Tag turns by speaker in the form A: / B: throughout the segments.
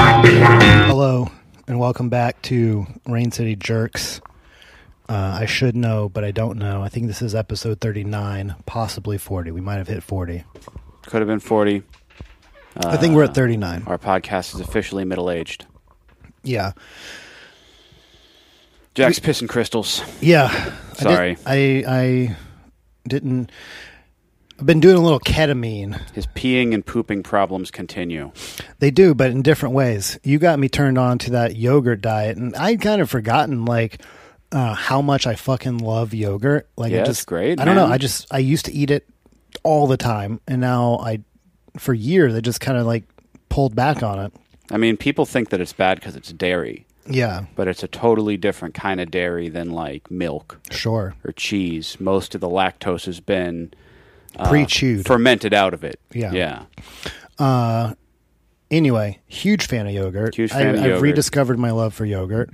A: Hello, and welcome back to Rain City Jerks. Uh, I should know, but I don't know. I think this is episode 39, possibly 40. We might have hit 40.
B: Could have been 40.
A: I think we're at 39.
B: Our podcast is officially middle aged.
A: Yeah.
B: Jack's pissing crystals.
A: Yeah.
B: Sorry.
A: I, did, I, I didn't. I've been doing a little ketamine.
B: His peeing and pooping problems continue.
A: They do, but in different ways. You got me turned on to that yogurt diet, and I'd kind of forgotten like uh, how much I fucking love yogurt. Like,
B: Yeah,
A: I
B: it's
A: just
B: great,
A: I don't know.
B: man.
A: I just I used to eat it all the time, and now I, for years, I just kind of like pulled back on it.
B: I mean, people think that it's bad because it's dairy,
A: Yeah,
B: but it's a totally different kind of dairy than like milk
A: sure.
B: or cheese. Most of the lactose has been Uh,
A: Pre-chewed.
B: fermented out of it.
A: Yeah.
B: Yeah.
A: anyway, huge fan of yogurt.
B: Huge fan
A: I,
B: of
A: I've
B: yogurt.
A: rediscovered my love for yogurt.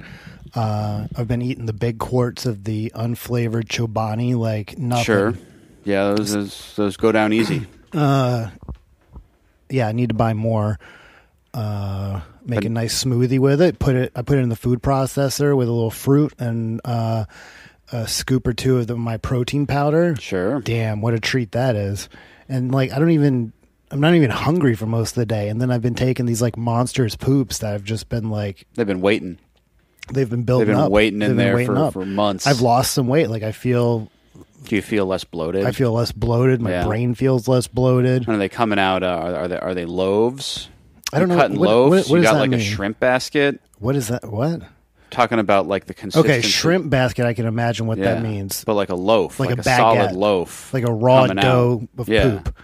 A: Uh, I've been eating the big quarts of the unflavored Chobani like nothing.
B: Sure. Yeah, those, those, those go down easy.
A: yeah, I need to buy more. Uh, make a nice smoothie with it. Put it. I put it in the food processor with a little fruit and uh, a scoop or two of the, my protein powder.
B: Sure.
A: Damn, what a treat that is. And like, I don't even. I'm not even hungry for most of the day. And then I've been taking these like monsters poops that I've just been like
B: They've been waiting.
A: they've been building
B: been
A: up.
B: waiting
A: They've
B: in
A: been
B: there
A: waiting
B: for-
A: up.
B: for months.
A: I've lost some weight. Like I feel
B: Do you feel less bloated?
A: I feel less bloated. My
B: Yeah.
A: brain feels less bloated.
B: When are they coming out? Uh, are, are they are they loaves?
A: I don't
B: You
A: know.
B: Cutting
A: What-
B: loaves.
A: what- what
B: you
A: does
B: got
A: that
B: like a
A: mean?
B: shrimp basket.
A: What is that? What?
B: Talking about like the consistency.
A: Okay, shrimp basket. I can imagine what
B: Yeah.
A: that means.
B: But like a loaf,
A: Like
B: like,
A: a
B: a, solid
A: baguette.
B: loaf,
A: Like a raw
B: coming out.
A: dough of
B: yeah.
A: poop.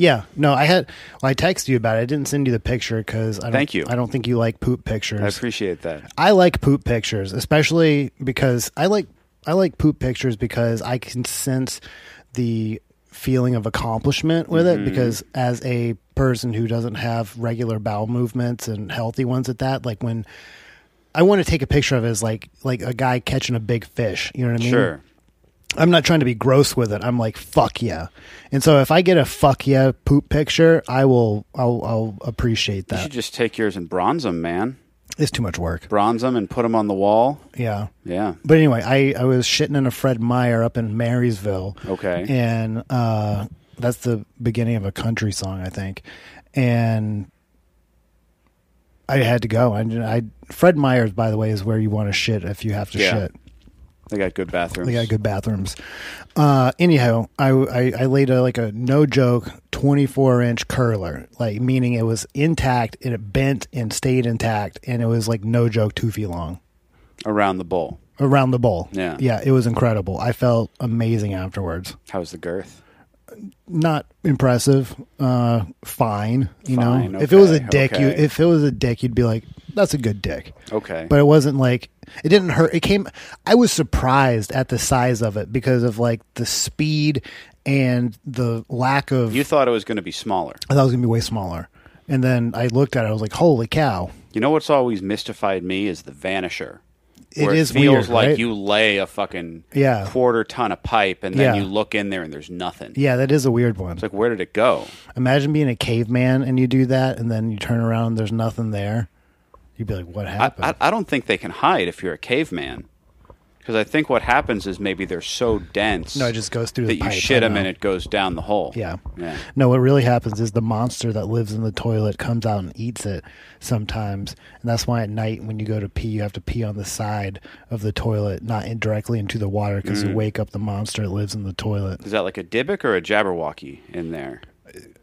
A: Yeah. No, I had. Well, I texted you about it. I didn't send you the picture because I don't.
B: Thank you.
A: I don't think you like poop pictures.
B: I appreciate that.
A: I like poop pictures, especially because I like I like poop pictures because I can sense the feeling of accomplishment with
B: Mm-hmm.
A: it because as a person who doesn't have regular bowel movements and healthy ones at that, like when I want to take a picture of it as like like a guy catching a big fish, you know what I mean?
B: Sure.
A: I'm not trying to be gross with it. I'm like fuck yeah. And so if I get a fuck yeah poop picture, I will I'll I'll appreciate
B: You
A: that.
B: should just take yours and bronze them, man.
A: It's too much work.
B: Bronze them and put them on the wall.
A: Yeah.
B: Yeah.
A: But anyway, I, I was shitting in a Fred Meyer up in Marysville.
B: Okay.
A: And uh, that's the beginning of a country song, I think. And I had to go. I, I Fred Meyer's, by the way, is where you want to shit if you have to
B: Yeah.
A: shit.
B: They got good bathrooms.
A: They got good bathrooms. Uh, anyhow, I, I, I laid a, like a no joke 24 inch curler, like meaning it was intact and it bent and stayed intact. And it was like no joke two feet long
B: around the bowl.
A: around the bowl.
B: Yeah.
A: Yeah, it was incredible. I felt amazing afterwards.
B: How's the girth?
A: Not impressive, uh fine, you
B: Fine,
A: know. if it was a
B: okay,
A: dick, you
B: okay. Oh,
A: if it was a dick you'd be like that's a good dick.
B: Okay.
A: But it wasn't like it didn't hurt. It came I was surprised at the size of it because of like the speed and the lack of
B: you thought it was going to be smaller.
A: I thought it was going to be way smaller. And then I looked at it I was like, "Holy cow."
B: You know what's always mystified me is the vanisher.
A: It
B: Where
A: is
B: it
A: weird,
B: feels like
A: right?
B: you lay a fucking
A: Yeah.
B: quarter ton of pipe and then
A: Yeah.
B: you look in there and there's nothing.
A: Yeah, that is a weird one.
B: It's like where did it go?
A: Imagine being a caveman and you do that, and then you turn around, and there's nothing there. You'd be like, "What
B: I,
A: happened?"
B: I, I don't think they can hide if you're a caveman. Because I think what happens is maybe they're so dense.
A: No, it just goes through
B: that
A: the
B: you
A: pipe,
B: shit
A: I
B: them and
A: know.
B: it goes down the hole.
A: yeah.
B: yeah.
A: No, what really happens is the monster that lives in the toilet comes out and eats it sometimes, and that's why at night when you go to pee, you have to pee on the side of the toilet, not in directly into the water, because
B: Mm.
A: you wake up the monster that lives in the toilet.
B: Is that like a Dybbuk or a Jabberwocky in there?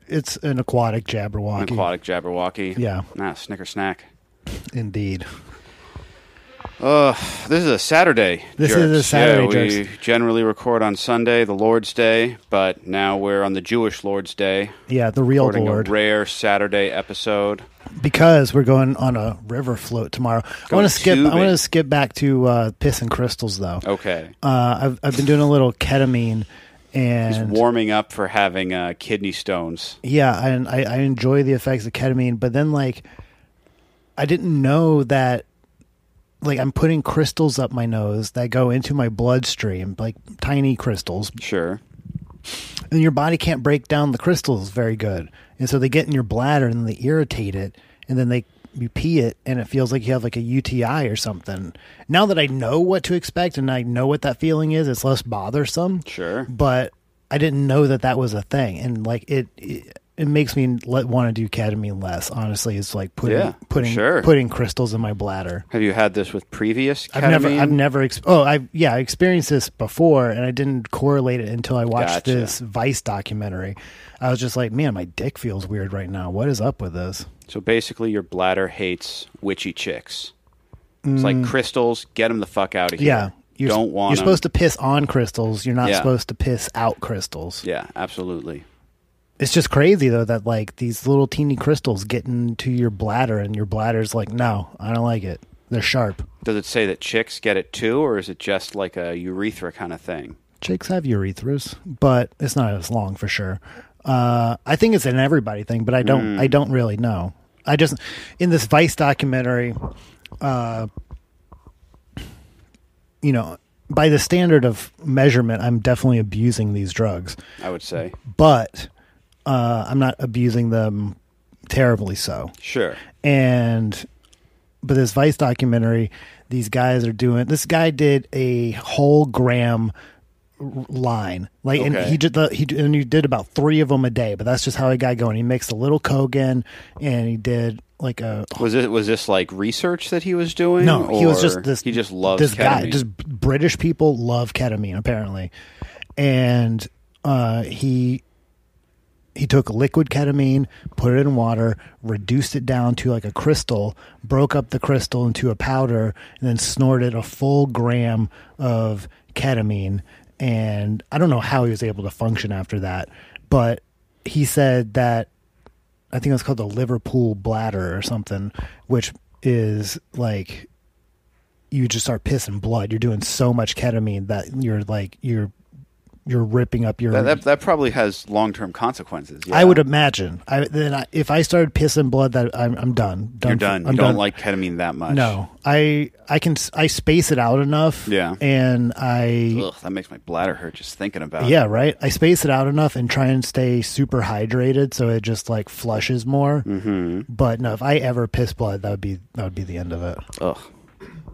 A: It's an aquatic Jabberwocky,
B: An aquatic Jabberwocky.
A: Yeah.
B: Nah, Snicker Snack.
A: indeed.
B: This is a Saturday.
A: This
B: jerks.
A: is a Saturday,
B: Yeah, we generally record on Sunday, the Lord's Day, but now we're on the Jewish Lord's Day,
A: Yeah, the real
B: recording
A: Lord.
B: a rare Saturday episode.
A: because we're going on a river float tomorrow. I want to skip. I
B: tubing. Oh.
A: want to skip back to uh, piss and crystals though.
B: Okay,
A: Uh, I've I've been doing a little ketamine, and
B: warming up for having uh, kidney stones.
A: yeah, and I, I enjoy the effects of ketamine, but then like, I didn't know that. Like I'm putting crystals up my nose that go into my bloodstream, like tiny crystals,
B: Sure.
A: and your body can't break down the crystals very good, and so they get in your bladder and they irritate it, and then they you pee it, and it feels like you have like a UTI or something. Now that I know what to expect and I know what that feeling is, it's less bothersome.
B: Sure.
A: but I didn't know that that was a thing, and like it. it it makes me let, want to do ketamine less. Honestly, it's like putting
B: Yeah,
A: putting
B: sure.
A: putting crystals in my bladder.
B: Have you had this with previous ketamine?
A: I've never, I've never, ex- oh, I yeah, I experienced this before, and I didn't correlate it until I watched
B: Gotcha.
A: this Vice documentary. I was just like, man, my dick feels weird right now. What is up with this?
B: So basically, your bladder hates witchy chicks. It's like crystals. Get them the fuck out of here.
A: Mm. Yeah, you're,
B: don't want.
A: You're supposed to piss on crystals. You're not
B: Yeah.
A: supposed to piss out crystals.
B: Yeah, absolutely.
A: It's just crazy though that like these little teeny crystals get into your bladder, and your bladder's like, no, I don't like it. They're sharp.
B: Does it say that chicks get it too, or is it just like a urethra kind of thing?
A: Chicks have urethras, but it's not as long for sure. Uh, I think it's an everybody thing, but I don't. I don't really know. I just in this Vice documentary, uh, you know, by the standard of measurement, I'm definitely abusing these drugs,
B: I would say.
A: but uh, I'm not abusing them terribly. So
B: Sure.
A: and but this Vice documentary, these guys are doing. This guy did a whole gram r- line, like, and
B: Okay.
A: he did the he d- and he did about three of them a day. But that's just how he got going. He mixed a little coke in, and he did like a.
B: Was it was this like research that he was doing?
A: No, he was
B: or
A: just this.
B: He just loves
A: this guy.
B: ketamine?
A: Just B- British people love ketamine apparently, and uh, he he took liquid ketamine, put it in water, reduced it down to like a crystal, broke up the crystal into a powder, and then snorted a full gram of ketamine. And I don't know how he was able to function after that, but he said that I think it was called the Liverpool bladder or something, which is like you just start pissing blood. You're doing so much ketamine that you're like you're you're ripping up your
B: that, that, that probably has long term consequences.
A: I
B: yeah.
A: would imagine. I then I, if I started pissing blood, that I'm I'm done. done
B: You're
A: for-
B: done.
A: I'm
B: you don't like ketamine that much.
A: No, I I can s- I space it out enough.
B: Yeah.
A: and I
B: Ugh, that makes my bladder hurt just thinking about it.
A: yeah right. I space it out enough and try and stay super hydrated, so it just like flushes more. Mm-hmm. But no, if I ever piss blood, that would be that would be the end of it.
B: Ugh.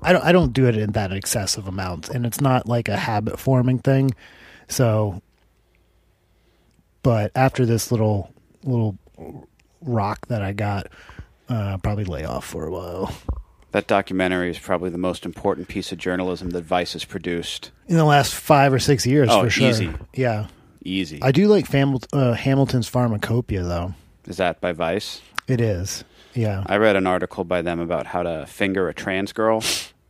A: I don't I don't do it in that excessive amount, and it's not like a habit forming thing. So, but after this little little rock that I got, uh, probably lay off for a while.
B: That documentary is probably the most important piece of journalism that Vice has produced.
A: In the last five or six years,
B: Oh,
A: for sure.
B: easy.
A: Yeah,
B: Easy.
A: I do like Famil- uh, Hamilton's Pharmacopoeia, though.
B: is that by Vice?
A: It is. Yeah.
B: I read an article by them about how to finger a trans girl.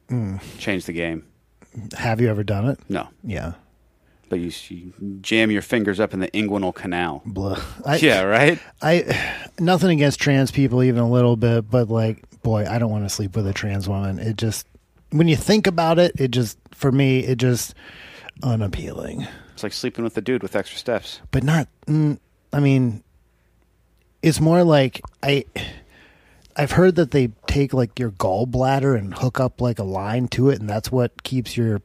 A: Mm.
B: Change the game.
A: Have you ever done it?
B: No,
A: Yeah.
B: but you, you jam your fingers up in the inguinal canal.
A: Blah. I,
B: yeah, right.
A: I nothing against trans people even a little bit, but like boy, I don't want to sleep with a trans woman. It just when you think about it, it just for me it just unappealing.
B: It's like sleeping with a dude with extra steps.
A: But not mm, I mean it's more like I I've heard that they take like your gallbladder and hook up like a line to it and that's what keeps your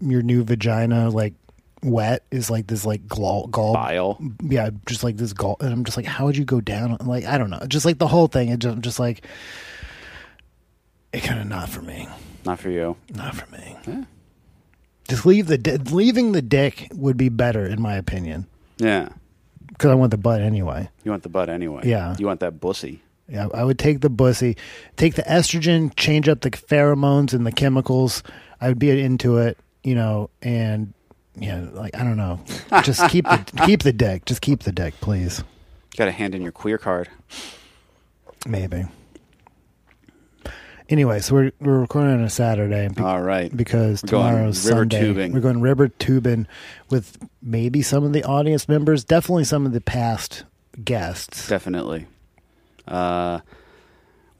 A: your new vagina like wet is like this like gall gall
B: Bile.
A: yeah, just like this goal, and I'm just like, how would you go down? on like, I don't know, just like the whole thing. It just, I'm just like, it kind of not for me,
B: Not for you.
A: not for me. Just leave the di- leaving the dick would be better in my opinion
B: Yeah.
A: because I want the butt anyway.
B: You want the butt anyway.
A: Yeah.
B: You want that bussy.
A: Yeah, I would take the bussy, take the estrogen, change up the pheromones and the chemicals. I would be into it, you know, and yeah, like I don't know, just keep the, keep the dick, just keep the dick, please.
B: Got to hand in your queer card.
A: Maybe. Anyway, so we're we're recording on a Saturday be-
B: All right.
A: because
B: Uh, We're going
A: tomorrow's
B: river
A: Sunday.
B: tubing.
A: We're going river tubing with maybe some of the audience members, definitely some of the past guests.
B: Definitely. Uh,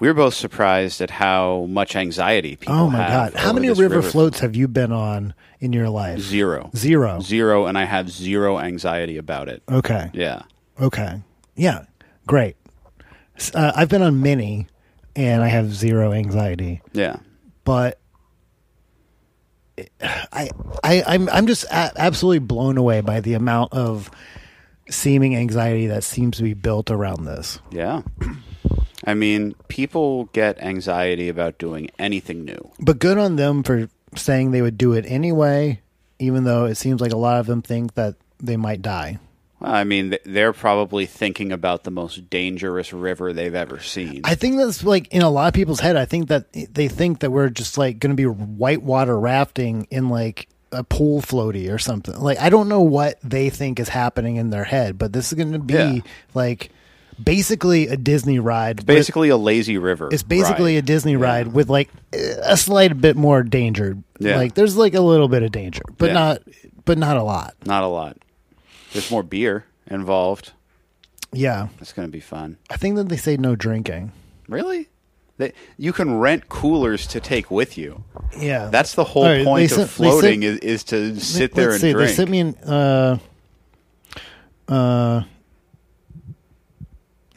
B: we were both surprised at how much anxiety people
A: oh my
B: have
A: god, how
B: over
A: many
B: this
A: river, floats have you been on in your life?
B: Zero.
A: Zero.
B: Zero, and I have zero anxiety about it.
A: Okay.
B: Yeah.
A: Okay. Yeah. Great. S- Uh, I've been on many, and I have zero anxiety.
B: Yeah.
A: but I, I, I'm, I'm just a- absolutely blown away by the amount of seeming anxiety that seems to be built around this.
B: Yeah. I mean, people get anxiety about doing anything new.
A: But good on them for saying they would do it anyway, even though it seems like a lot of them think that they might die.
B: Well, I mean, th- they're probably thinking about the most dangerous river they've ever seen.
A: I think that's like in a lot of people's head. I think that they think that we're just like going to be whitewater rafting in like a pool floaty or something. Like I don't know what they think is happening in their head, but this is going to be
B: Yeah.
A: like basically a Disney ride. but
B: basically a lazy river.
A: it's basically a
B: ride.
A: Disney ride with like a slight bit more danger.
B: Yeah.
A: Like there's like a little bit of danger, but
B: Yeah.
A: not but not a lot.
B: not a lot. There's more beer involved.
A: Yeah.
B: That's going to be fun.
A: I think that they say no drinking.
B: Really? They, you can rent coolers to take with you.
A: Yeah.
B: That's the whole
A: All right,
B: point
A: they sent-
B: of
A: they
B: floating
A: sent-
B: is, is to sit there and
A: Let's see.
B: drink.
A: They sent me an. Uh, uh,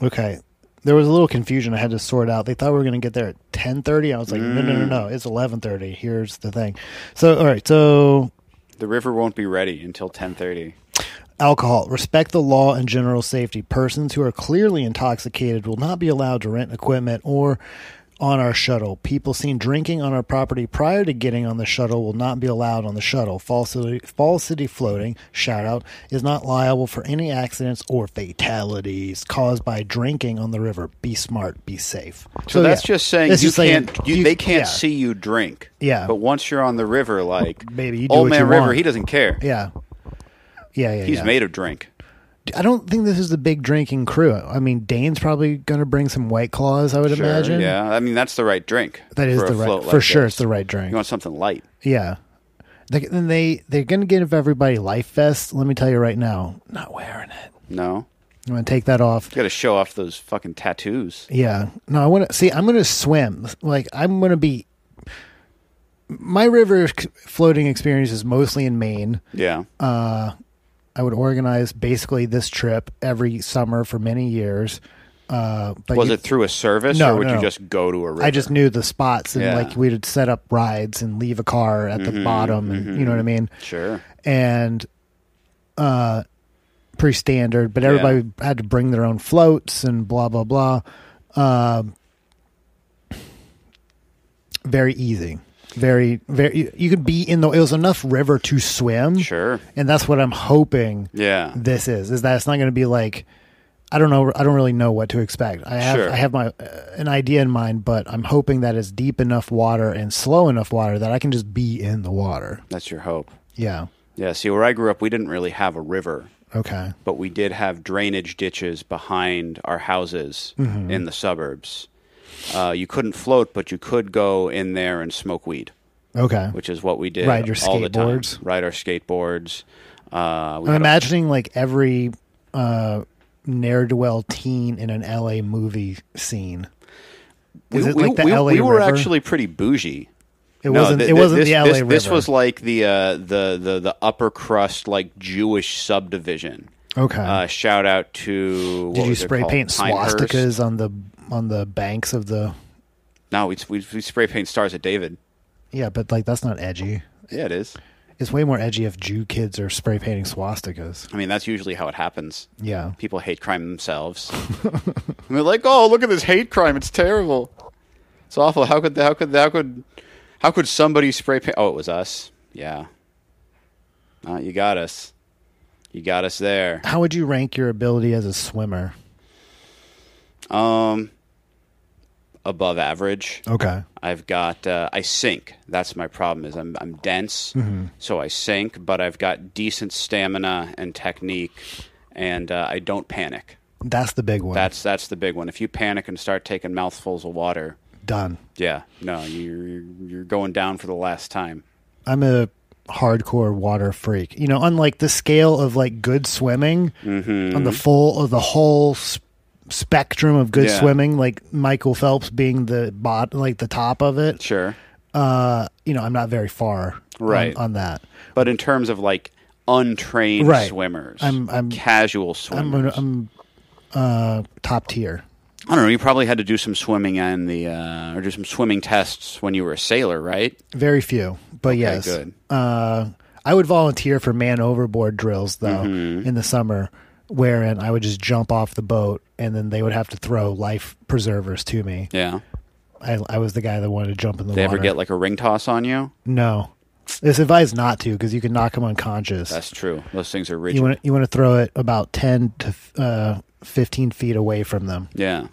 A: okay, there was a little confusion. I had to sort out. They thought we were going to get there at ten thirty. I was like, no, no,
B: Mm.
A: no, no. It's eleven thirty. Here's the thing. So, all right. So,
B: the river won't be ready until 10:30.
A: alcohol. Respect the law and general safety. Persons who are clearly intoxicated will not be allowed to rent equipment or on our shuttle. People seen drinking on our property prior to getting on the shuttle will not be allowed on the shuttle. Falsity, falsity floating, shout out, is not liable for any accidents or fatalities caused by drinking on the river. Be smart, be safe.
B: So, that's
A: yeah.
B: just saying
A: That's
B: you
A: just saying
B: can't. you, they can't
A: yeah.
B: see you drink.
A: Yeah.
B: But once you're on the river, like
A: Baby, you do what
B: old man
A: you
B: river,
A: want.
B: he doesn't care.
A: Yeah. Yeah, yeah,
B: He's
A: yeah.
B: made of drink.
A: I don't think this is the big drinking crew. I mean, Dane's probably going to bring some white claws. I would
B: Sure,
A: imagine.
B: Yeah. I mean, that's the right drink.
A: That is
B: for a
A: the right
B: float
A: for
B: like
A: sure.
B: this.
A: It's the right drink.
B: You want something light?
A: yeah. They, then they they're gonna give everybody life vests. Let me tell you right now, not wearing it.
B: No.
A: I'm gonna take that off.
B: You got to show off those fucking tattoos.
A: Yeah. No, I want to see. I'm gonna swim. Like I'm gonna be. My river c- floating experience is mostly in Maine.
B: Yeah.
A: Um, I would organize basically this trip every summer for many years. Uh, but
B: was
A: you-
B: it through a service,
A: No,
B: or would
A: no,
B: you
A: no.
B: just go to a river?
A: I just knew the spots and
B: Yeah. Mm-hmm,
A: like we'd set up rides and leave a car at the bottom and you know what I mean.
B: sure.
A: and uh pretty standard but everybody had to bring their own floats and blah blah blah um very easy very very you- you could be in the it was enough river to swim
B: Sure.
A: and that's what i'm hoping
B: Yeah.
A: this is is that it's not going to be like i don't know i don't really know what to expect i have
B: Sure.
A: i have my uh, an idea in mind but i'm hoping that it's deep enough water and slow enough water that i can just be in the water
B: That's your hope.
A: yeah
B: Yeah. See, where I grew up, we didn't really have a river,
A: okay
B: but we did have drainage ditches behind our houses
A: Mm-hmm.
B: in the suburbs. Uh, you couldn't float, but you could go in there and smoke weed,
A: Okay.
B: which is what we did.
A: Ride your
B: all the time.
A: skateboards.
B: Ride our skateboards. Uh, we
A: I'm
B: had a-
A: imagining like every uh, ne'er do well teen in an LA movie scene. Is
B: we,
A: it like the
B: we, we-
A: LA
B: we were
A: River?
B: actually pretty bougie.
A: It wasn't- it wasn't
B: this,
A: the LA
B: this, This
A: River.
B: was like the uh, the the the upper crust, like Jewish subdivision.
A: Okay.
B: Uh, shout out to what
A: Hmm. Did you
B: was it
A: spray
B: called?
A: paint
B: Pinehurst?
A: swastikas on the on the banks of the?
B: No, we, we we spray paint stars at David.
A: Yeah, but like that's not edgy.
B: Yeah, it is.
A: It's way more edgy if Jew kids are spray painting swastikas.
B: I mean, that's usually how it happens.
A: Yeah.
B: People hate crime themselves. and they're like, "Oh, look at this hate crime! It's terrible. It's awful. How could how could how could how could somebody spray paint? Oh, it was us. Yeah. Uh, you got us. You got us there.
A: How would you rank your ability as a swimmer?
B: Um, above average.
A: Okay.
B: I've got uh, I sink. That's my problem. Is I'm I'm dense, so I sink. But I've got decent stamina and technique, and uh, I don't panic.
A: That's the big one.
B: That's that's the big one. If you panic and start taking mouthfuls of water,
A: done.
B: Yeah. No, you're you're going down for the last time.
A: I'm a hardcore water freak. You know, unlike the scale of like good swimming
B: Mm-hmm.
A: on the full of the whole s- spectrum of good
B: Yeah.
A: swimming, like Michael Phelps being the bot, like the top of it.
B: Sure.
A: Uh, you know, I'm not very far on-
B: Right.
A: on, that.
B: But in terms of like untrained
A: Right.
B: swimmers,
A: I'm- I'm-
B: casual
A: I'm,
B: swimmers.
A: I'm uh, top tier.
B: I don't know. You probably had to do some swimming on the uh, or do some swimming tests when you were a sailor, right?
A: Very few, but yes.
B: good.
A: Uh, I would volunteer for man overboard drills though
B: Mm-hmm.
A: in the summer, wherein I would just jump off the boat and then they would have to throw life preservers to me.
B: Yeah.
A: I, I was the guy that wanted to jump in the
B: They
A: water.
B: ever get like a ring toss on you?
A: no, it's advised not to because you can knock them unconscious.
B: That's true. Those things are rigid.
A: you want you want to throw it about ten to uh, fifteen feet away from them.
B: yeah.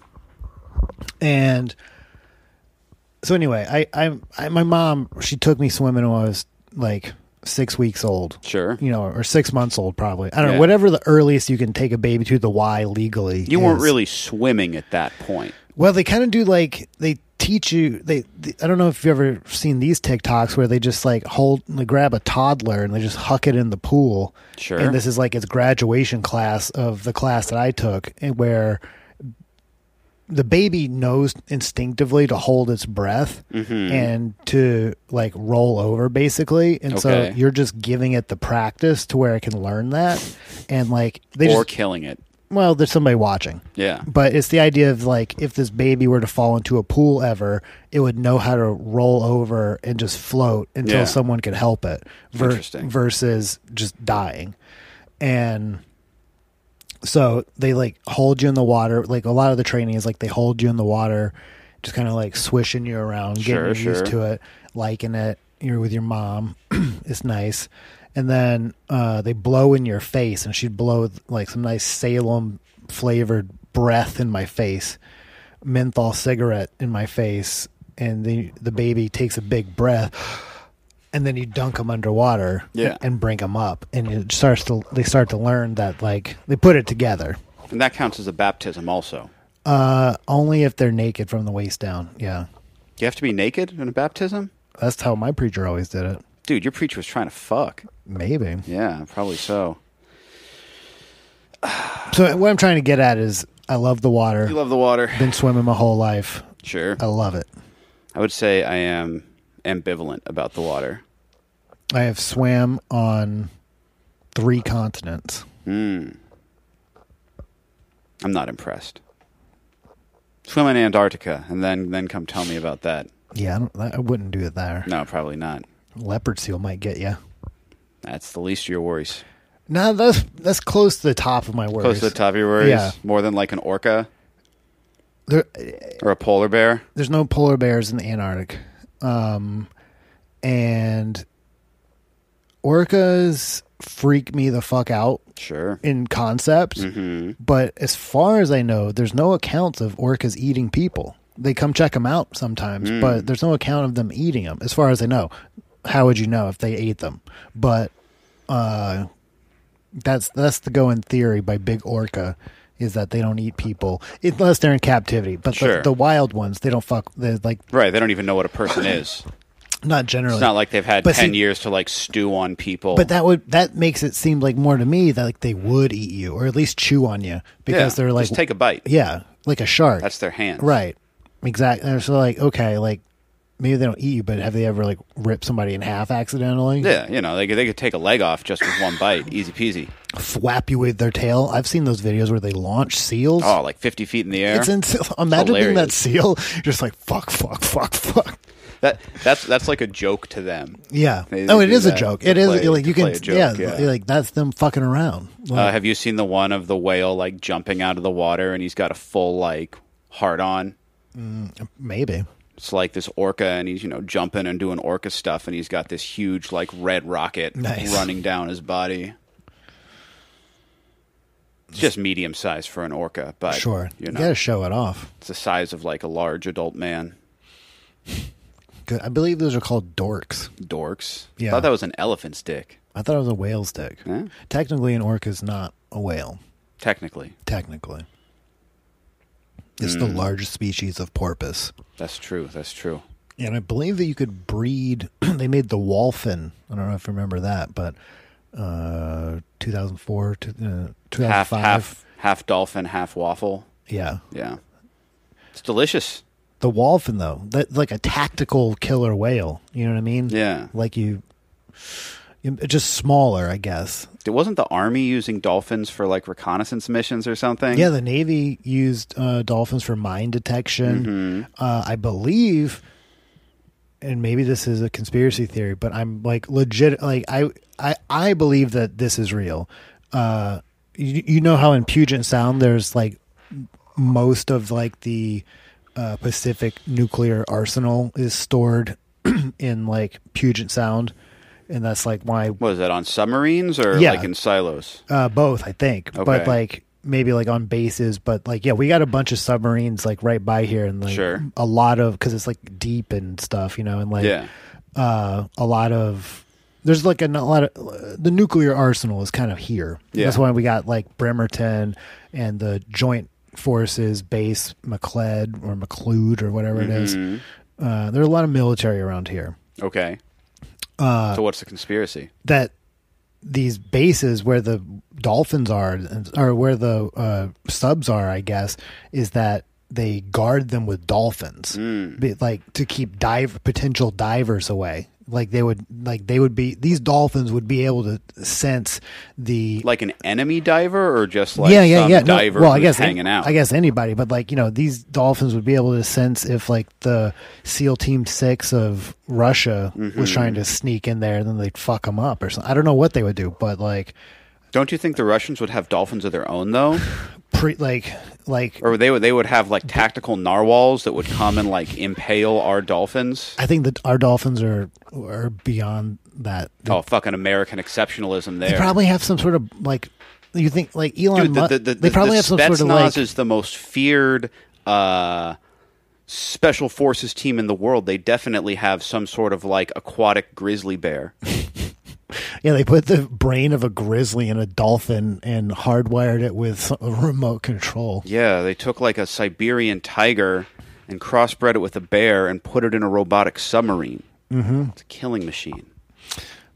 A: and so anyway, I, I, I, my mom, she took me swimming when I was like six weeks old,
B: Sure.
A: you know, or six months old, probably. I don't
B: Yeah.
A: know, whatever the earliest you can take a baby to the Y legally.
B: You weren't
A: is.
B: really swimming at that point.
A: Well, they kind of do like they teach you. They, they- I don't know if you've ever seen these TikToks where they just like hold, they grab a toddler and they just huck it in the pool.
B: Sure.
A: And this is like its graduation class of the class that I took, and where the baby knows instinctively to hold its breath
B: Mm-hmm.
A: and to like roll over basically and so
B: Okay.
A: you're just giving it the practice to where it can learn that and like they
B: or
A: just
B: killing it.
A: well there's somebody watching
B: Yeah.
A: but it's the idea of like if this baby were to fall into a pool ever, it would know how to roll over and just float until
B: Yeah.
A: someone could help it ver-
B: Interesting.
A: versus just dying. And so they like hold you in the water. Like a lot of the training is like they hold you in the water, just kind of like swishing you around,
B: Sure,
A: getting you used
B: sure.
A: to it, liking it. You're with your mom. it's nice. And then uh, they blow in your face, and she'd blow like some nice Salem flavored breath in my face, menthol cigarette in my face. And the, the baby takes a big breath, and then you dunk them underwater
B: Yeah.
A: and bring them up. And it starts to, they start to learn that, like, they put it together.
B: And that counts as a baptism also.
A: Uh, only if they're naked from the waist down. Yeah.
B: You have to be naked in a baptism?
A: That's how my preacher always did it.
B: Dude, your preacher was trying to fuck.
A: Maybe.
B: Yeah, probably so.
A: So what I'm trying to get at is I love the water.
B: You love the water.
A: Been swimming my whole life.
B: Sure.
A: I love it.
B: I would say I am ambivalent about the water.
A: I have swam on three continents.
B: I'm not impressed. Swim in Antarctica and then then come tell me about that.
A: Yeah, I, don't, I wouldn't do it there.
B: No, probably not.
A: Leopard seal might get you.
B: That's the least of your worries.
A: No, that's that's close to the top of my worries.
B: Close to the top of your worries.
A: Yeah.
B: More than like an orca
A: There,
B: or a polar bear.
A: there's no polar bears in the Antarctic, um, and orcas freak me the fuck out
B: Sure.
A: in concept.
B: Mm-hmm.
A: But as far as I know, there's no accounts of orcas eating people. They come check them out sometimes,
B: Hmm.
A: but there's no account of them eating them. As far as I know, how would you know if they ate them? But uh, that's that's the going theory by Big Orca is that they don't eat people unless they're in captivity. But
B: Sure.
A: the, the wild ones, they don't fuck. They're like
B: Right. They don't even know what a person is.
A: not generally.
B: It's not like they've had
A: But
B: ten
A: see-
B: years to like stew on people.
A: But that would that makes it seem like more to me that like they would eat you or at least chew on you because they're like
B: just take a bite.
A: yeah like a shark
B: That's their hand.
A: Right. Exactly. And so like, okay, like maybe they don't eat you, but have they ever like ripped somebody in half accidentally?
B: Yeah, you know, they could, they could take a leg off just with one bite, easy peasy.
A: Flap you with their tail. I've seen those videos where they launch seals.
B: Oh, like fifty feet in the air.
A: It's ins- imagine being that
B: hilarious.
A: seal. You're just like fuck, fuck, fuck, fuck.
B: that that's that's like a joke to them.
A: Yeah.
B: They-
A: oh,
B: they
A: it
B: do
A: is a
B: that
A: joke.
B: to
A: It is
B: play-
A: like
B: to
A: you can
B: play a joke,
A: yeah,
B: yeah.
A: like that's them fucking around. Like,
B: Uh, have you seen the one of the whale like jumping out of the water and he's got a full like hard on?
A: maybe.
B: It's like this orca and he's you know jumping and doing orca stuff and he's got this huge like red rocket
A: Nice.
B: running down his body. It's just medium size for an orca, but
A: Sure.
B: you
A: You
B: know,
A: got to show it off.
B: it's the size of like a large adult man.
A: Good. I believe those are called dorks.
B: Dorks.
A: Yeah.
B: Thought that was an elephant's dick.
A: I thought it was a whale's dick.
B: Yeah.
A: Technically an orca is not a whale.
B: Technically,
A: Technically. is
B: Hmm.
A: the largest species of porpoise.
B: That's true. That's true.
A: And I believe that you could breed. they made the wallfin. I don't know if you remember that, but uh, 2004, two, uh, 2005.
B: Half half half dolphin, half waffle.
A: Yeah,
B: Yeah, it's delicious.
A: the wallfin though, that like a tactical killer whale. You know what I mean?
B: Yeah.
A: Like you, you just smaller, I guess.
B: It wasn't the army using dolphins for like reconnaissance missions or something.
A: Yeah, the Navy used uh, dolphins for mine detection. Uh, I believe, and maybe this is a conspiracy theory, but I'm like legit. Like I, I, I believe that this is real. Uh, you, you know how in Puget Sound there's like most of like the uh, Pacific nuclear arsenal is stored in like Puget Sound, and that's like why
B: What is that on submarines or
A: Yeah.
B: like in silos?
A: uh, both, I think,
B: Okay.
A: but like maybe like on bases, but like yeah, we got a bunch of submarines like right by here, and like
B: Sure.
A: a lot of because it's like deep and stuff, you know, and like
B: Yeah.
A: uh, a lot of there's like a, n- a lot of the nuclear arsenal is kind of here.
B: Yeah.
A: That's why we got like Bremerton and the Joint Forces Base McLeod or McLeod or whatever it
B: Mm-hmm.
A: is. Uh, there are a lot of military around here
B: Okay.
A: Uh,
B: so what's the conspiracy?
A: that these bases where the dolphins are or where the uh, subs are, I guess, is that they guard them with dolphins, Be- like to keep dive potential divers away. Like they would, like they would be. These dolphins would be able to sense the
B: Like an enemy diver or just like
A: yeah, yeah,
B: some
A: yeah. No,
B: diver
A: well, I
B: who's
A: guess
B: hanging out?
A: I guess anybody, but like you know, these dolphins would be able to sense if like the SEAL Team Six of Russia
B: Mm-hmm.
A: was trying to sneak in there, then they'd fuck them up or something. I don't know what they would do, but like
B: Don't you think the Russians would have dolphins of their own though?
A: pre like like
B: or they would they would have like tactical narwhals that would come and like impale our dolphins?
A: I think that our dolphins are are beyond that. They
B: Oh, fucking American exceptionalism there.
A: probably have some sort of like you think like Elon.
B: Dude, the,
A: Musk-
B: the, the,
A: they probably
B: the
A: have some sort of
B: Spetsnaz
A: like
B: is the most feared uh, special forces team in the world. They definitely have some sort of like aquatic grizzly bear.
A: yeah. They put the brain of a grizzly in a dolphin and hardwired it with some- a remote control.
B: Yeah, they took like a Siberian tiger and crossbred it with a bear and put it in a robotic submarine. Mm-hmm. It's a killing machine.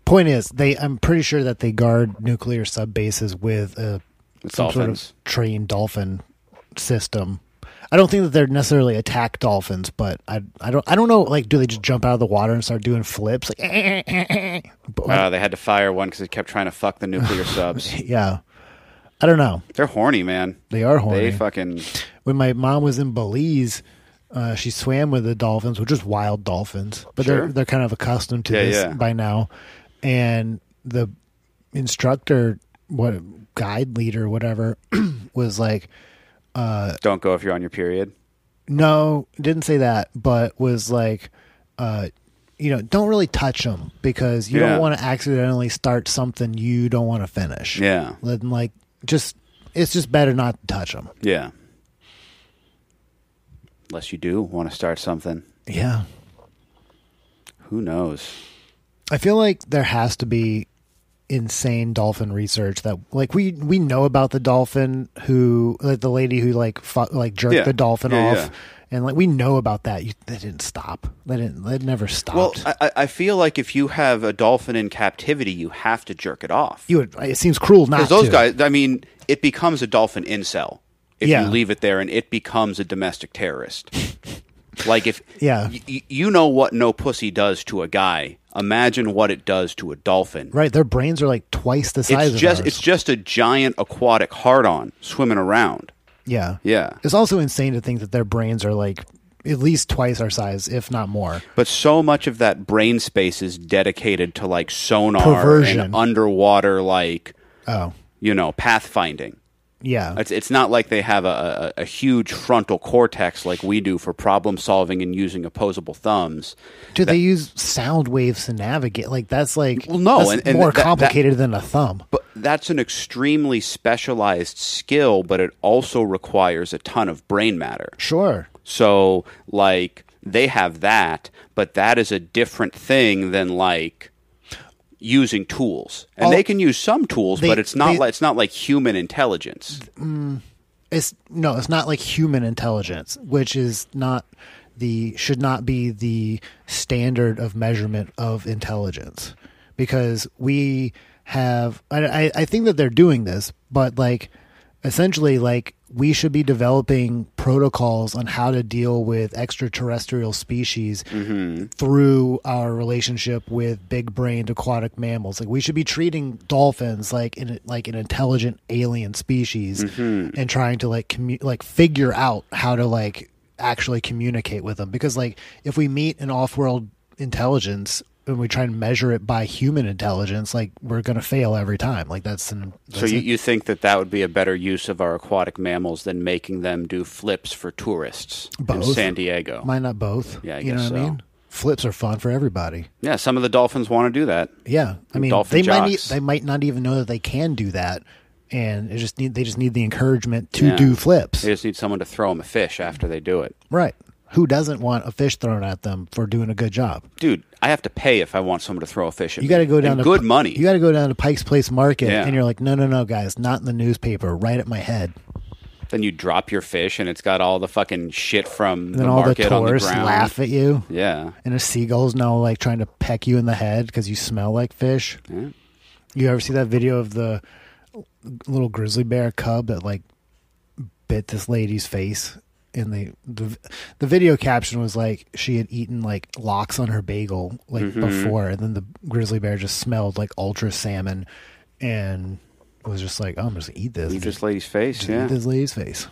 A: Point is, they I'm pretty sure that they guard nuclear sub bases with a
B: With
A: some
B: dolphins.
A: sort of trained dolphin system. I don't think that they're necessarily attack dolphins, but I I don't I don't know like do they just jump out of the water and start doing flips like But-
B: Uh, they had to fire one because it kept trying to fuck the nuclear subs.
A: yeah. I don't know.
B: They're horny, man.
A: They are horny.
B: They fucking
A: when my mom was in Belize, uh, she swam with the dolphins, which is wild dolphins, but
B: Sure.
A: they're they're kind of accustomed to
B: Yeah,
A: this
B: yeah.
A: by now. And the instructor, what guide leader, whatever, was like,
B: don't go if you're on your period.
A: no, didn't say that, but was like, uh, you know, don't really touch them because you
B: Yeah.
A: don't want to accidentally start something you don't want to finish.
B: Yeah.
A: then like just it's just better not to touch them.
B: Yeah. Unless you do want to start something.
A: Yeah.
B: Who knows?
A: I feel like there has to be insane dolphin research that like we we know about the dolphin who like the lady who like fu- like jerked
B: Yeah.
A: the dolphin
B: Yeah,
A: off
B: yeah.
A: and like we know about that you, that didn't stop that didn't that never stopped
B: Well, I, I- I feel like if you have a dolphin in captivity, you have to jerk it off.
A: you would it seems cruel not
B: Because those
A: to.
B: guys, I mean, it becomes a dolphin incel if
A: Yeah.
B: you leave it there, and it becomes a domestic terrorist. like if
A: Yeah.
B: y- y- you know what no pussy does to a guy. Imagine what it does to a dolphin.
A: right their brains are like twice the size
B: It's just
A: of ours.
B: it's just a giant aquatic hard on swimming around.
A: yeah
B: Yeah.
A: it's also insane to think that their brains are like at least twice our size if not more
B: But so much of that brain space is dedicated to like sonar
A: Perversion.
B: and underwater like
A: oh
B: you know pathfinding.
A: yeah
B: It's, it's not like they have a, a, a huge frontal cortex like we do for problem solving and using opposable thumbs.
A: do they use sound waves to navigate like that's like
B: Well, no,
A: that's
B: and- and
A: more
B: that- that-
A: complicated than a thumb
B: But that's an extremely specialized skill, but it also requires a ton of brain matter.
A: Sure.
B: So, like, they have that, but that is a different thing than like using tools. And
A: Oh.
B: they can use some tools,
A: They-
B: but it's not
A: they-
B: like it's not like human intelligence.
A: it's no, it's not like human intelligence, which is not the should not be the standard of measurement of intelligence because we have I, I- I think that they're doing this but like essentially like we should be developing protocols on how to deal with extraterrestrial species through our relationship with big brained aquatic mammals like we should be treating dolphins like in like an intelligent alien species and trying to like commu- like figure out how to like actually communicate with them because like if we meet an off-world intelligence and we try and measure it by human intelligence like we're going to fail every time like that's an that's
B: So you, you think that that would be a better use of our aquatic mammals than making them do flips for tourists in
A: Both.
B: San Diego?
A: Why not both?
B: Yeah, I
A: you know
B: guess
A: what I
B: so.
A: mean. Flips are fun for everybody.
B: yeah, some of the dolphins want to do that.
A: Yeah, I mean,
B: dolphin
A: they might need,
B: jocks.
A: they might not even know that they can do that, and it just need they just need the encouragement to
B: Yeah.
A: do flips,
B: They just need someone to throw them a fish after they do it.
A: right? Who doesn't want a fish thrown at them for doing a good job?
B: Dude, I have to pay if I want someone to throw a fish at
A: You got
B: to
A: to go down to
B: good
A: Pi-
B: money.
A: You got to go down to Pike's Place Market,
B: Yeah.
A: and you're like, no, no, no, guys, not in the newspaper, right at my head.
B: then you drop your fish and it's got all the fucking shit from
A: Then
B: the
A: all the
B: market on the
A: tourists
B: ground.
A: laugh at you,
B: Yeah.
A: and the seagulls now like trying to peck you in the head because you smell like fish.
B: yeah.
A: You ever see that video of the little grizzly bear cub that like bit this lady's face? And the, the the video caption was like she had eaten like locks on her bagel like
B: Mm-hmm.
A: before, and then the grizzly bear just smelled like ultra salmon, and was just like, "I'm just gonna eat this,
B: Eat this lady's face.
A: Just
B: Yeah.
A: eat this lady's face."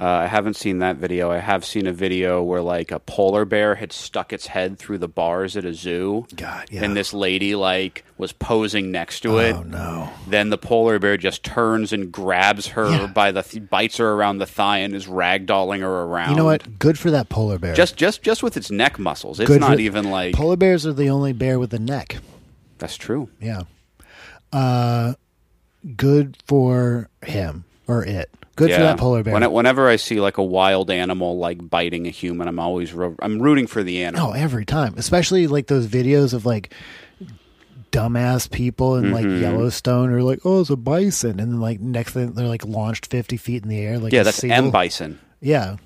B: Uh, I haven't seen that video. I have seen a video where like a polar bear had stuck its head through the bars at a zoo.
A: God, yeah.
B: And this lady like was posing next to it.
A: Oh no!
B: Then the polar bear just turns and grabs her
A: Yeah.
B: by the th- bites her around the thigh and is ragdolling her around.
A: You know what? Good for that polar bear.
B: Just just just with its neck muscles. It's
A: Good for-
B: not even like
A: polar bears are the only bear with a neck.
B: That's true.
A: Yeah. Uh, good for him or it. Good for that polar bear.
B: When- whenever I see like a wild animal like biting a human, I'm always ro- I'm rooting for the animal.
A: oh, every time, especially like those videos of like dumbass people in like
B: Mm-hmm.
A: Yellowstone are like, oh, it's a bison, and then like next thing they're like launched fifty feet in the air. Like
B: yeah,
A: a
B: that's
A: seagull.
B: M bison.
A: Yeah.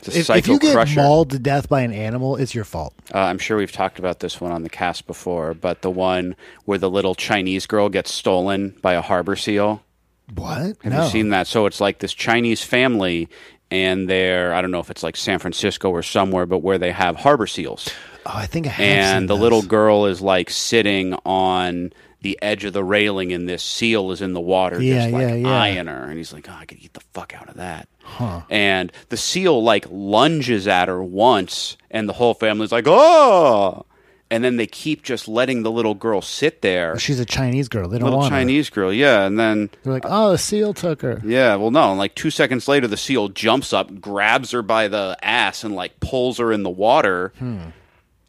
B: It's a
A: If, if
B: psycho
A: you get
B: crusher.
A: mauled to death by an animal, it's your fault.
B: Uh, I'm sure we've talked about this one on the cast before, but the one where the little Chinese girl gets stolen by a harbor seal.
A: What?
B: Have
A: no.
B: you seen that? So it's like this Chinese family, and they're I don't know if it's like San Francisco or somewhere, but where they have harbor seals.
A: oh, I think I have. seen
B: and the
A: this.
B: little girl is like sitting on the edge of the railing and this seal is in the water just
A: Yeah,
B: like
A: yeah, yeah.
B: eyeing her and he's like oh i could eat the fuck out of that
A: Huh.
B: and the seal like lunges at her once and the whole family's like oh and then they keep just letting the little girl sit there
A: She's a Chinese girl. They don't
B: little
A: want her.
B: chinese girl yeah and then
A: They're like, oh, a seal took her.
B: yeah, well, no. Like two seconds later, the seal jumps up, grabs her by the ass, and like pulls her in the water.
A: Hmm.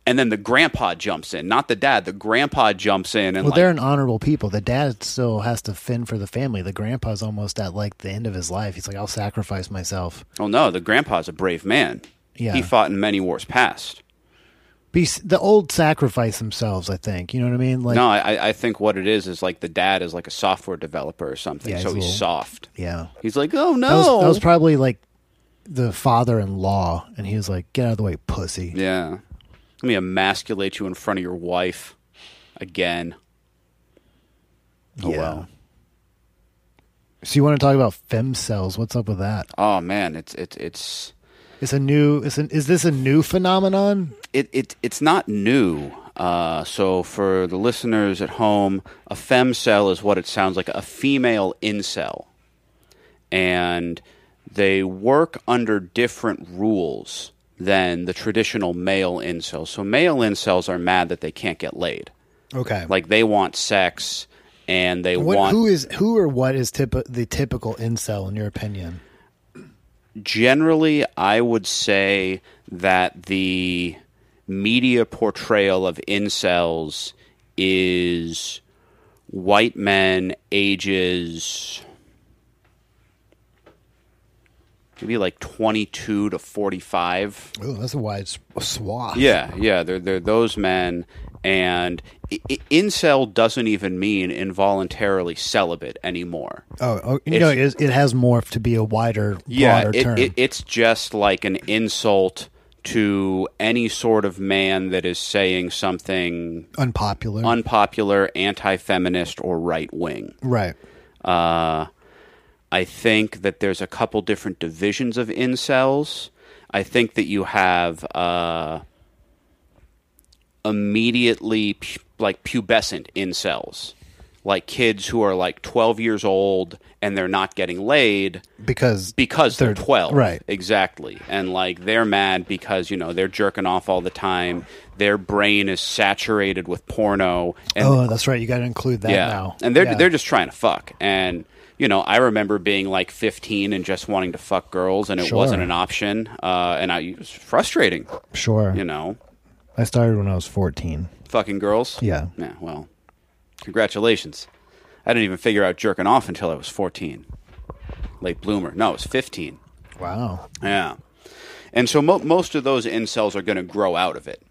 B: And then the grandpa jumps in, not the dad. The grandpa jumps in, and
A: Well,
B: like,
A: they're an honorable people. The dad still has to fend for the family. The grandpa's almost at like the end of his life. He's like, I'll sacrifice myself.
B: oh no, the grandpa's a brave man.
A: Yeah.
B: he fought in many wars past.
A: Be the old sacrifice themselves. I think you know what I mean. Like,
B: No, I, I think what it is is like the dad is like a software developer or something,
A: Yeah,
B: so
A: he's a
B: he's
A: little-
B: soft.
A: yeah,
B: He's like, oh no,
A: that was, that was probably like the father-in-law, and he was like, "Get out of the way, pussy."
B: yeah. Let me emasculate you in front of your wife again. Oh
A: Yeah.
B: well.
A: So you want to talk about fem cells? What's up with that?
B: Oh man, it's it's it's.
A: It's a new. It's an, is this a new phenomenon?
B: it, it it's not new. Uh, so for the listeners at home, a fem cell is what it sounds like, a female incel, and they work under different rules than the traditional male incels. So male incels are mad that they can't get laid,
A: Okay.
B: like they want sex and they
A: what,
B: want
A: who is who or what is tip, the typical incel in your opinion?
B: generally i would say that the media portrayal of incels is white men ages maybe like 22 to 45.
A: Oh, that's a wide s- swath.
B: Yeah, yeah, they're they're those men, and I- I- incel doesn't even mean involuntarily celibate anymore.
A: Oh, oh you know, it, is- it has morphed to be a wider,
B: Yeah,
A: broader
B: it,
A: term.
B: it, it's just like an insult to any sort of man that is saying something
A: Unpopular.
B: unpopular, anti-feminist, or right wing.
A: right.
B: Uh, I think that there's a couple different divisions of incels. I think that you have uh, immediately pu- like pubescent incels, like kids who are like 12 years old and they're not getting laid
A: Because
B: because they're,
A: They're-
B: 12
A: right.
B: exactly and like they're mad because you know they're jerking off all the time their brain is saturated with porno and
A: oh, that's right. You got to include that
B: yeah.
A: now.
B: And they're
A: Yeah.
B: they're just trying to fuck. And you know, I remember being like 15 and just wanting to fuck girls, and it
A: Sure.
B: wasn't an option. Uh, and I it was frustrating.
A: sure.
B: You know,
A: I started when I was fourteen.
B: fucking girls.
A: Yeah.
B: Yeah. Well, congratulations. I didn't even figure out jerking off until I was 14. Late bloomer. No, it was 15.
A: Wow.
B: Yeah. And so mo- most of those incels are going to grow out of it.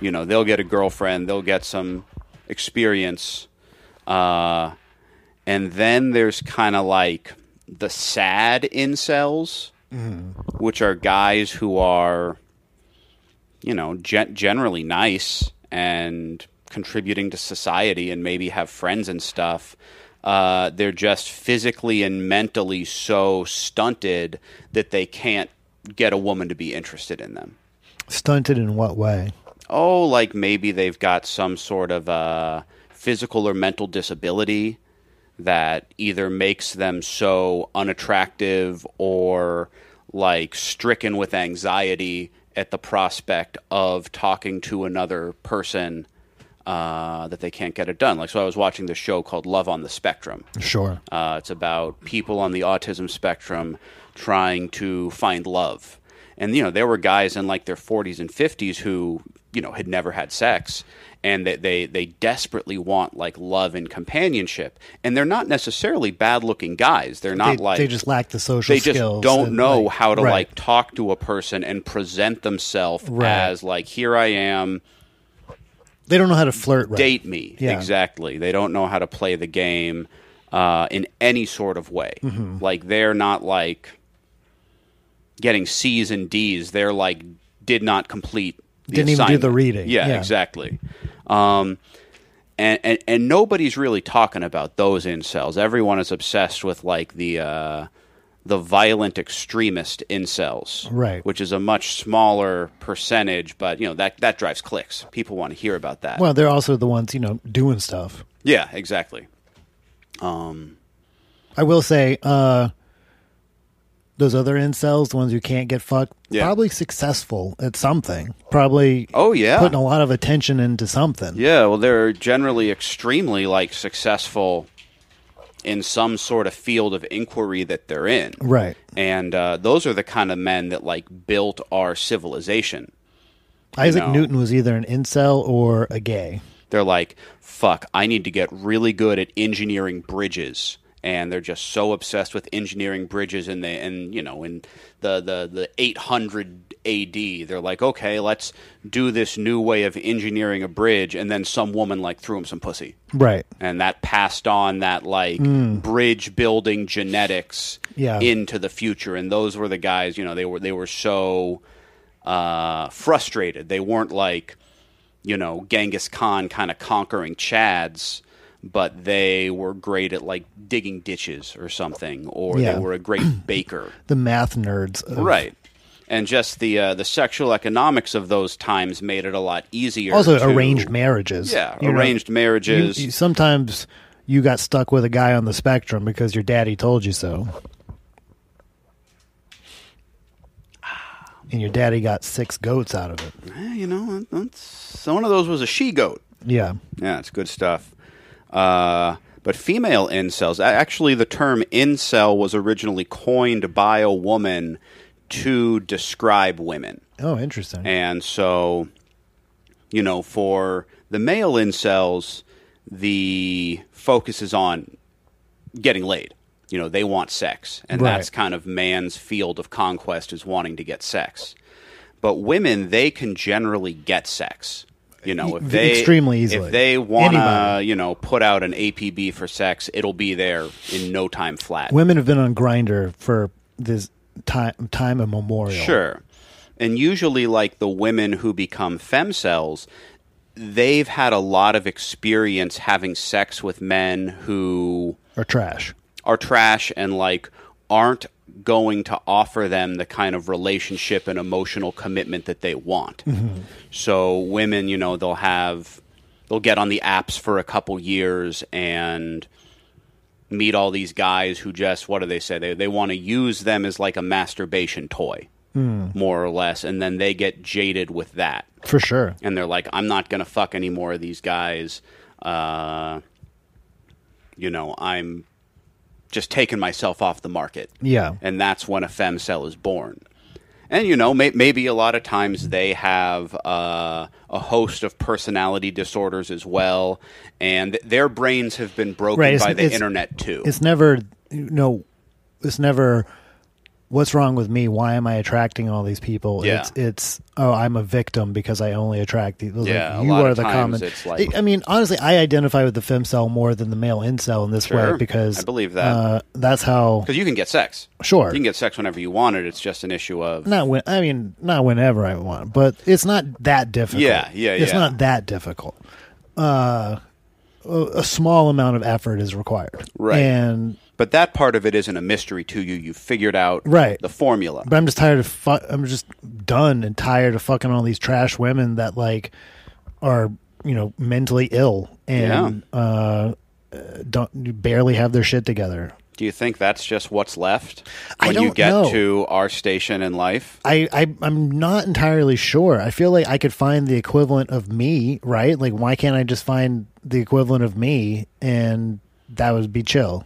B: You know, they'll get a girlfriend, they'll get some experience. Uh, and then there's kind of like the sad incels, which are guys who are, you know, gen- generally nice and contributing to society and maybe have friends and stuff. Uh, they're just physically and mentally so stunted that they can't get a woman to be interested in them.
A: Stunted in what way?
B: Oh, like maybe they've got some sort of uh, physical or mental disability that either makes them so unattractive or like stricken with anxiety at the prospect of talking to another person uh, that they can't get it done. Like, so I was watching this show called Love on the Spectrum.
A: Sure.
B: Uh, it's about people on the autism spectrum trying to find love. And, you know, there were guys in like their 40s and 50s who, you know, had never had sex and that they, they desperately want like love and companionship. And they're not necessarily bad looking guys. They're
A: They,
B: not like
A: they just lack the social.
B: they just
A: skills
B: don't
A: and,
B: know
A: like-
B: how to
A: right.
B: like talk to a person and present themselves
A: Right.
B: as like, here I am,
A: They don't know how to flirt. Right.
B: date me
A: Yeah.
B: exactly they don't know how to play the game uh, in any sort of way
A: Mm-hmm.
B: like they're not like getting c's and d's they're like did not complete the
A: Didn't even do
B: assignment.
A: the reading.
B: yeah,
A: Yeah.
B: exactly um, and, and and nobody's really talking about those incels everyone is obsessed with like the uh, the violent extremist incels
A: Right.
B: which is a much smaller percentage but you know that that drives clicks people want to hear about that
A: Well, they're also the ones you know doing stuff.
B: yeah, exactly.
A: I will say, uh, those other incels, the ones who can't get fucked,
B: Yeah.
A: probably successful at something. Probably
B: Oh yeah.
A: putting a lot of attention into something.
B: yeah, well they're generally extremely like successful in some sort of field of inquiry that they're in.
A: Right.
B: And uh, those are the kind of men that like built our civilization.
A: Isaac
B: know.
A: Newton was either an incel or a gay.
B: They're like, fuck, I need to get really good at engineering bridges. And they're just so obsessed with engineering bridges and they and you know, in the, the, the eight hundred AD, they're like, Okay, let's do this new way of engineering a bridge and then some woman like threw him some pussy.
A: Right.
B: And that passed on that like bridge building genetics
A: Hmm. Yeah.
B: into the future. And those were the guys, you know, they were they were so uh, frustrated. They weren't like, you know, Genghis Khan kind of conquering Chads, but they were great at like digging ditches or something, or
A: Yeah.
B: they were a great baker.
A: The math nerds. Of,
B: Right. And just the uh, the sexual economics of those times made it a lot easier.
A: Also,
B: to-
A: arranged marriages.
B: yeah,
A: You know,
B: arranged
A: you-
B: marriages.
A: you- sometimes you got stuck with a guy on the spectrum because your daddy told you so. And your daddy got six goats out of it.
B: Eh, you know, that- that's one of those was a she goat.
A: Yeah.
B: Yeah, it's good stuff. Uh, but female incels, a- actually, the term incel was originally coined by a woman to describe women.
A: Oh, interesting.
B: And so, you know, for the male incels, the focus is on getting laid you know they want sex and
A: Right.
B: that's kind of man's field of conquest is wanting to get sex but women they can generally get sex you know if
A: E-
B: they
A: extremely easily.
B: if they want to
A: Anybody.
B: you know put out an apb for sex it'll be there in no time flat
A: Women have been on Grinder for this time time immemorial.
B: Sure. And usually, like the women who become fem cells, they've had a lot of experience having sex with men who
A: or trash.
B: are trash and like aren't going to offer them the kind of relationship and emotional commitment that they want. So women, you know, they'll have they'll get on the apps for a couple years and meet all these guys who just what do they say? They they want to use them as like a masturbation toy. More or less, and then they get jaded with that
A: For sure.
B: and they're like, I'm not gonna fuck any more of these guys. Uh, you know, I'm just taking myself off the market.
A: Yeah.
B: And that's when a fem cell is born. And you know, may- maybe a lot of times they have uh, a host of personality disorders as well, and th- their brains have been broken
A: Right, it's-
B: by the
A: it's-
B: internet too.
A: It's never you know it's never what's wrong with me? Why am I attracting all these people?
B: Yeah.
A: It's it's oh, I'm a victim because I only attract these. Like,
B: Yeah, a
A: you
B: lot
A: are
B: of
A: the
B: times
A: common.
B: it's like-
A: I I mean, honestly, I identify with the fem cell more than the male incel in this
B: Sure.
A: way because
B: I believe that.
A: uh, that's how
B: Because you can get sex.
A: Sure.
B: You can get sex whenever you want it. It's just an issue of
A: not when I mean not whenever I want, but it's not that difficult.
B: Yeah, yeah,
A: It's
B: yeah.
A: not that difficult. Uh, a, a small amount of effort is required,
B: Right.
A: And
B: But that part of it isn't a mystery to you. You've figured out
A: Right.
B: the formula.
A: but I'm just tired of fu- I'm just done and tired of fucking all these trash women that like are you know mentally ill and uh, don't barely have their shit together.
B: Do you think that's just what's left
A: I
B: when you
A: don't
B: get
A: know.
B: to our station in life?
A: I, I I'm not entirely sure. I feel like I could find the equivalent of me, right? Like why can't I just find the equivalent of me and that would be chill.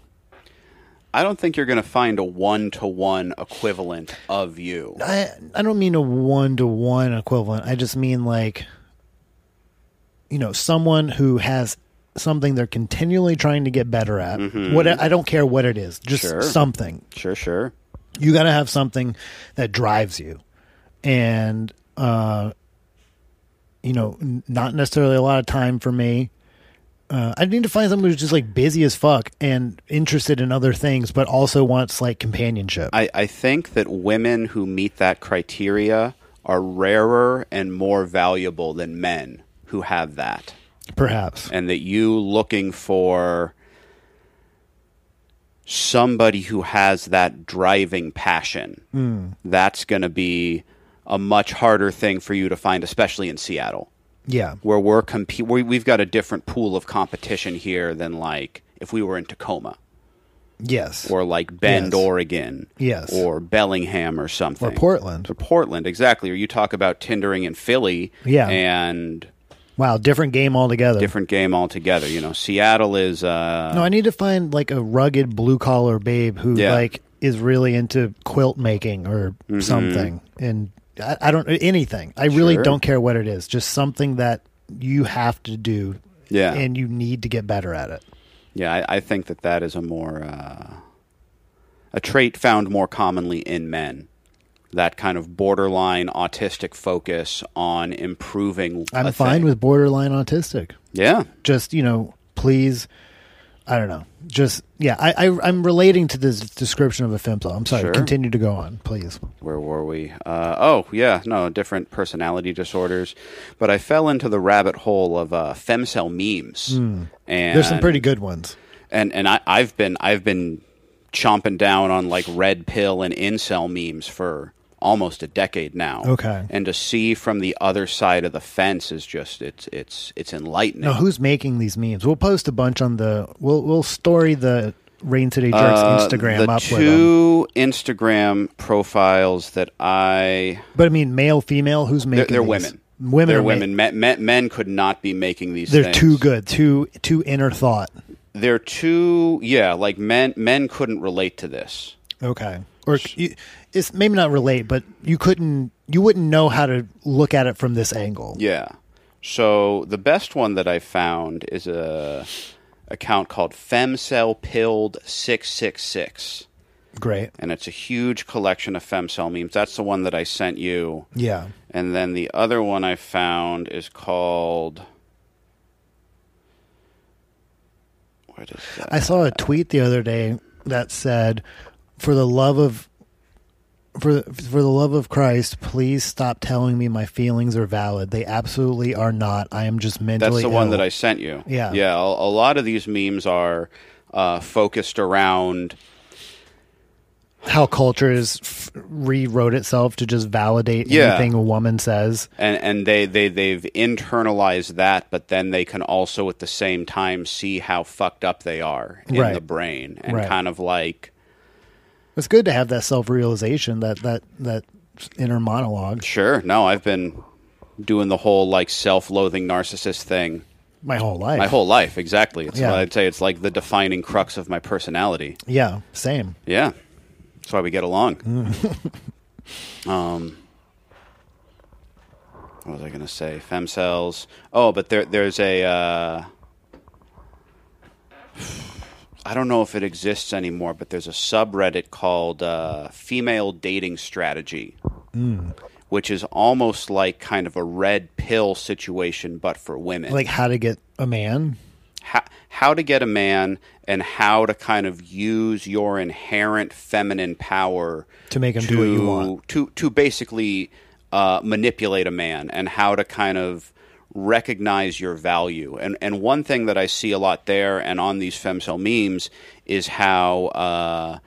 B: I don't think you're going to find a one to one equivalent of you.
A: I I don't mean a one to one equivalent. I just mean like you know, someone who has something they're continually trying to get better at. What I don't care what it is, just
B: Mm-hmm. Sure.
A: something.
B: Sure, sure.
A: you got to have something that drives you and uh you know n- not necessarily a lot of time for me uh, I need to find someone who's just like busy as fuck and interested in other things, but also wants like companionship.
B: I, I think that women who meet that criteria are rarer and more valuable than men who have that.
A: perhaps
B: and that you looking for somebody who has that driving passion
A: Hmm.
B: that's going to be a much harder thing for you to find especially in Seattle
A: yeah,
B: where we're compete we, we've got a different pool of competition here than like if we were in Tacoma
A: yes, or,
B: or like Bend
A: Yes.
B: Oregon
A: Yes.
B: or Bellingham or something
A: Portland.
B: or Portland exactly or you talk about tindering in Philly
A: Yeah.
B: and
A: Wow, different game altogether.
B: different game altogether you know Seattle is uh
A: No, I need to find like a rugged blue collar babe who
B: Yeah. Mm-hmm.
A: like is really into quilt making or something, and I, I don't anything. I really
B: Sure.
A: don't care what it is. Just something that you have to do,
B: Yeah.
A: and you need to get better at it.
B: Yeah, I, I think that that is a more uh, a trait found more commonly in men. That kind of borderline autistic focus on improving.
A: I'm
B: a
A: fine
B: thing.
A: with borderline autistic.
B: Yeah,
A: Just you know, please. I don't know. Just yeah, I, I I'm relating to this description of a femto. I'm sorry.
B: Sure.
A: Continue to go on, please.
B: where were we? Uh, oh, yeah, no, different personality disorders. But I fell into the rabbit hole of uh, femcell memes. And
A: Hmm. There's some pretty good ones.
B: and and I, I've been I've been chomping down on like red pill and incel memes for almost a decade now.
A: Okay.
B: And to see from the other side of the fence is just it's it's it's enlightening.
A: Now, who's making these memes? We'll post a bunch on the. We'll we'll story the Rain City Jerks
B: Uh,
A: Instagram
B: the
A: up with them.
B: two Instagram profiles that I
A: But I mean, male, female. Who's
B: they're,
A: making?
B: they're
A: these?
B: women.
A: Women.
B: They're
A: are ma-
B: women. men, men, men could not be making these.
A: they're
B: things.
A: too good. Too too inner thought.
B: They're too. Yeah, like men. Men couldn't relate to this.
A: Okay. Or you, it's maybe not relate, but you couldn't. You wouldn't know how to look at it from this angle.
B: Yeah. So the best one that I found is a account called femcell pilled 666
A: Great.
B: and it's a huge collection of femcell memes that's the one that i sent you
A: Yeah.
B: and then the other one I found is called. What is that?
A: I saw a tweet the other day that said, "For the love of for for the love of Christ, please stop telling me my feelings are valid. They absolutely are not. I am just mentally
B: That's the one
A: ill."
B: that I sent you.
A: Yeah.
B: Yeah. A, a lot of these memes are uh, focused around.
A: how culture is f- rewrote itself to just validate
B: Yeah.
A: anything a woman says.
B: And, and they, they, they've internalized that, but then they can also at the same time see how fucked up they are in
A: Right.
B: the brain and
A: Right.
B: kind of like,
A: It's good to have that self realization that that that inner monologue.
B: sure, no, I've been doing the whole like self loathing narcissist thing
A: My whole life.
B: My whole life, exactly. It's
A: Yeah.
B: what I'd say it's like the defining crux of my personality.
A: yeah, same.
B: Yeah. That's why we get along. um what was I gonna say? Fem cells. Oh, but there there's a uh I don't know if it exists anymore, but there's a subreddit called uh, Female Dating Strategy, which is almost like kind of a red pill situation, but for women
A: Like how to get a man.
B: how, how to get a man and how to kind of use your inherent feminine power
A: To make him do what you
B: to-
A: want.
B: to to basically uh, manipulate a man and how to kind of recognize your value and and one thing that I see a lot there and on these femcell memes is how uh,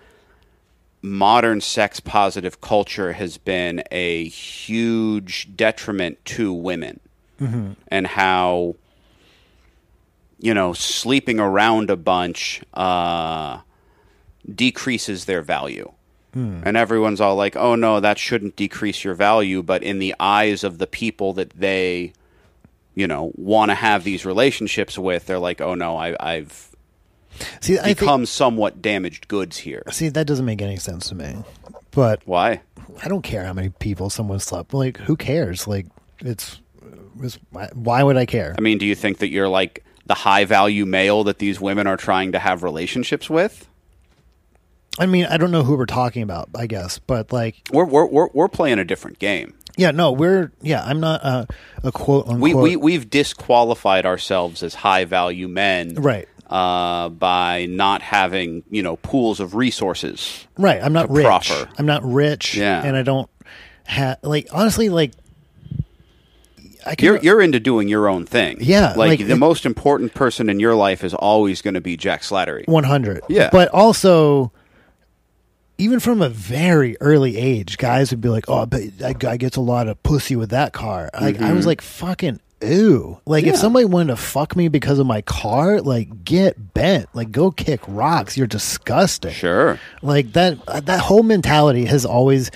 B: modern sex positive culture has been a huge detriment to women
A: Mm-hmm.
B: and how you know sleeping around a bunch uh, decreases their value
A: Hmm.
B: and everyone's all like oh no that shouldn't decrease your value but in the eyes of the people that they you know want to have these relationships with they're like oh no I, i've
A: See, I think,
B: become somewhat damaged goods here
A: see that doesn't make any sense to me. But
B: why
A: I don't care how many people someone slept. Like who cares? Like it's, it's why- why would I care?
B: I mean, do you think that you're like the high value male that these women are trying to have relationships with?
A: I mean, I don't know who we're talking about, I guess, but like
B: We're we're we're, we're playing a different game.
A: yeah, no, we're yeah, I'm not uh, a quote unquote
B: We, we we've disqualified ourselves as high value men,
A: Right.
B: Uh, by not having you know pools of resources.
A: Right. I'm not
B: to
A: rich.
B: proffer.
A: I'm not rich.
B: Yeah.
A: And I don't have like honestly like I can
B: You're you're into doing your own thing.
A: Yeah,
B: like,
A: like
B: the
A: it-
B: most important person in your life is always going to be Jack Slattery.
A: 100.
B: Yeah.
A: But also even from a very early age, guys would be like, "Oh, but that guy gets a lot of pussy with that car." Like I was like, "Fucking ooh!" Like if
B: Mm-hmm. Yeah.
A: somebody wanted to fuck me because of my car, like get bent, like go kick rocks. You're disgusting.
B: Sure.
A: Like that uh, that whole mentality has always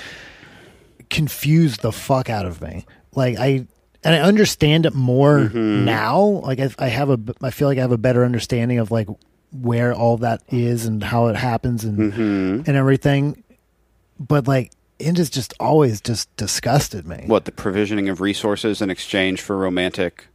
A: confused the fuck out of me. Like I and I understand it more now. Like I, I have a b- I feel like I have a better understanding of like where all that is and how it happens and and everything. But like it has just always just disgusted me.
B: What the provisioning of resources in exchange for romantic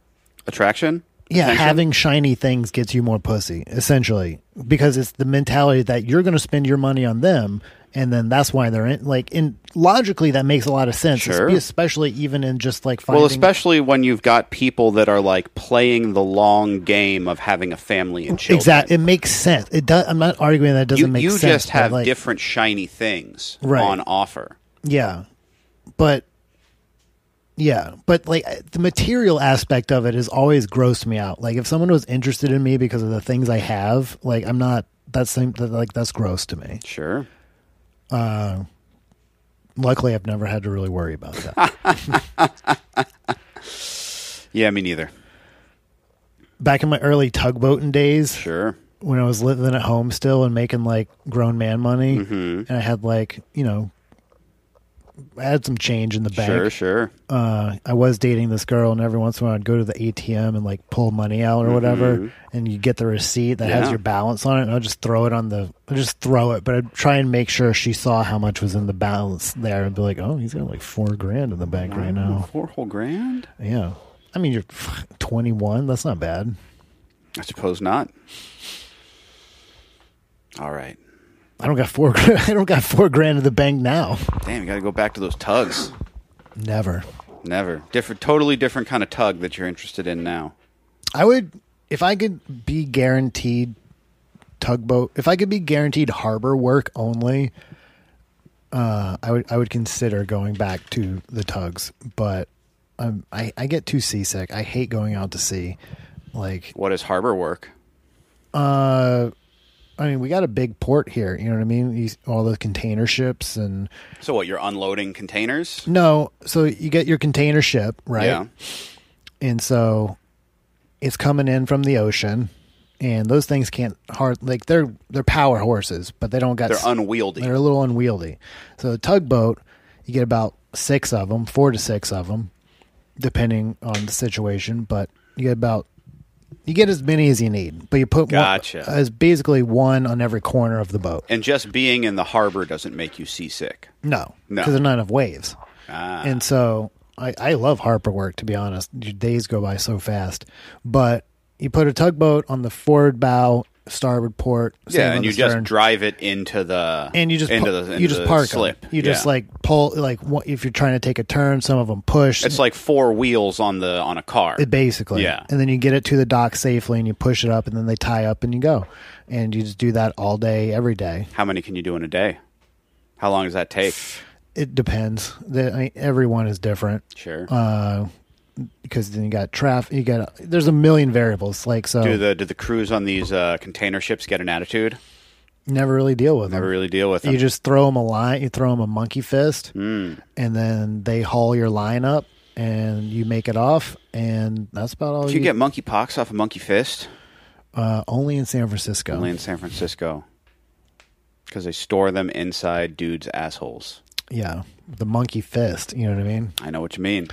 B: attraction?
A: Yeah,
B: Attention?
A: having shiny things gets you more pussy, essentially, because it's the mentality that you're going to spend your money on them, and then that's why they're in. Like, in logically, that makes a lot of sense,
B: Sure.
A: especially even in just like finding.
B: Well, especially when you've got people that are like playing the long game of having a family and children.
A: exactly, it makes sense. It does. I'm not arguing that it doesn't
B: You,
A: make
B: you
A: sense.
B: just
A: but,
B: have
A: like,
B: different shiny things
A: Right.
B: on offer.
A: Yeah, but yeah, but like the material aspect of it has always grossed me out. Like if someone was interested in me because of the things I have, like I'm not. That's like that's gross to me.
B: Sure.
A: Luckily, I've never had to really worry about that.
B: Yeah, me neither.
A: Back in my early tugboating days,
B: Sure.
A: when I was living at home still and making like grown man money,
B: Mm-hmm.
A: and I had like you know, I had some change in the bank.
B: Sure, sure.
A: Uh, I was dating this girl, and every once in a while, I'd go to the ATM and like pull money out or whatever, and you get the receipt that has
B: Mm-hmm. Yeah.
A: your balance on it, and I'll just throw it on the, I'll just throw it, but I'd try and make sure she saw how much was in the balance there, and be like, oh, he's got like four grand in the bank right now.
B: Four whole grand?
A: Yeah. I mean, you're 21. That's not bad.
B: I suppose not. All right.
A: I don't got four. gra- I don't got four grand in the bank now.
B: Damn, you got to go back to those tugs.
A: Never.
B: Never. Different, totally different kind of tug that you're interested in now.
A: I would if I could be guaranteed tugboat. If I could be guaranteed harbor work only, uh, I would I would consider going back to the tugs. But um, I I get too seasick. I hate going out to sea. Like
B: What is harbor work?
A: uh, I mean, we got a big port here. You know what I mean? These, all the container ships and
B: So what? You're unloading containers.
A: no. So you get your container ship right.
B: Yeah.
A: and so it's coming in from the ocean and those things can't hard like they're they're power horses but they don't got
B: They're
A: s-
B: unwieldy.
A: they're a little unwieldy so a tugboat you get about six of them four to six of them depending on the situation but you get about you get as many as you need but you put
B: Gotcha.
A: one, as basically one on every corner of the boat
B: and just being in the harbor doesn't make you seasick.
A: no
B: No.
A: because there's not enough waves
B: Ah.
A: and so I, I love Harper work to be honest. Your days go by so fast, but you put a tugboat on the forward bow, starboard port, sail
B: yeah,
A: on
B: and
A: the
B: you just
A: stern,
B: drive it into the
A: and you just
B: into
A: pu-
B: the into
A: you just
B: the
A: park 'em.
B: slip.
A: You just
B: Yeah.
A: like pull like what, if you're trying to take a turn, some of them push.
B: it's like four wheels on the on a car.
A: It basically.
B: Yeah.
A: And then you get it to the dock safely, and you push it up, and then they tie up, and you go, and you just do that all day, every day.
B: How many can you do in a day? How long does that take?
A: It depends. The, I mean, everyone is different.
B: Sure.
A: Uh, because then you got traffic. You got there's a million variables. Like so,
B: do the do the crews on these uh, container ships get an attitude?
A: never really deal with
B: Never
A: them.
B: really Hmm. deal with them.
A: You just throw them a line, you throw them a monkey fist, and then they haul your line up, and you make it off, and that's about all.
B: Do you get monkey pox off a monkey fist?
A: uh, only in San Francisco.
B: Only in San Francisco. Because they store them inside dudes' assholes.
A: Yeah, the monkey fist. You know what I mean?
B: I know what you mean.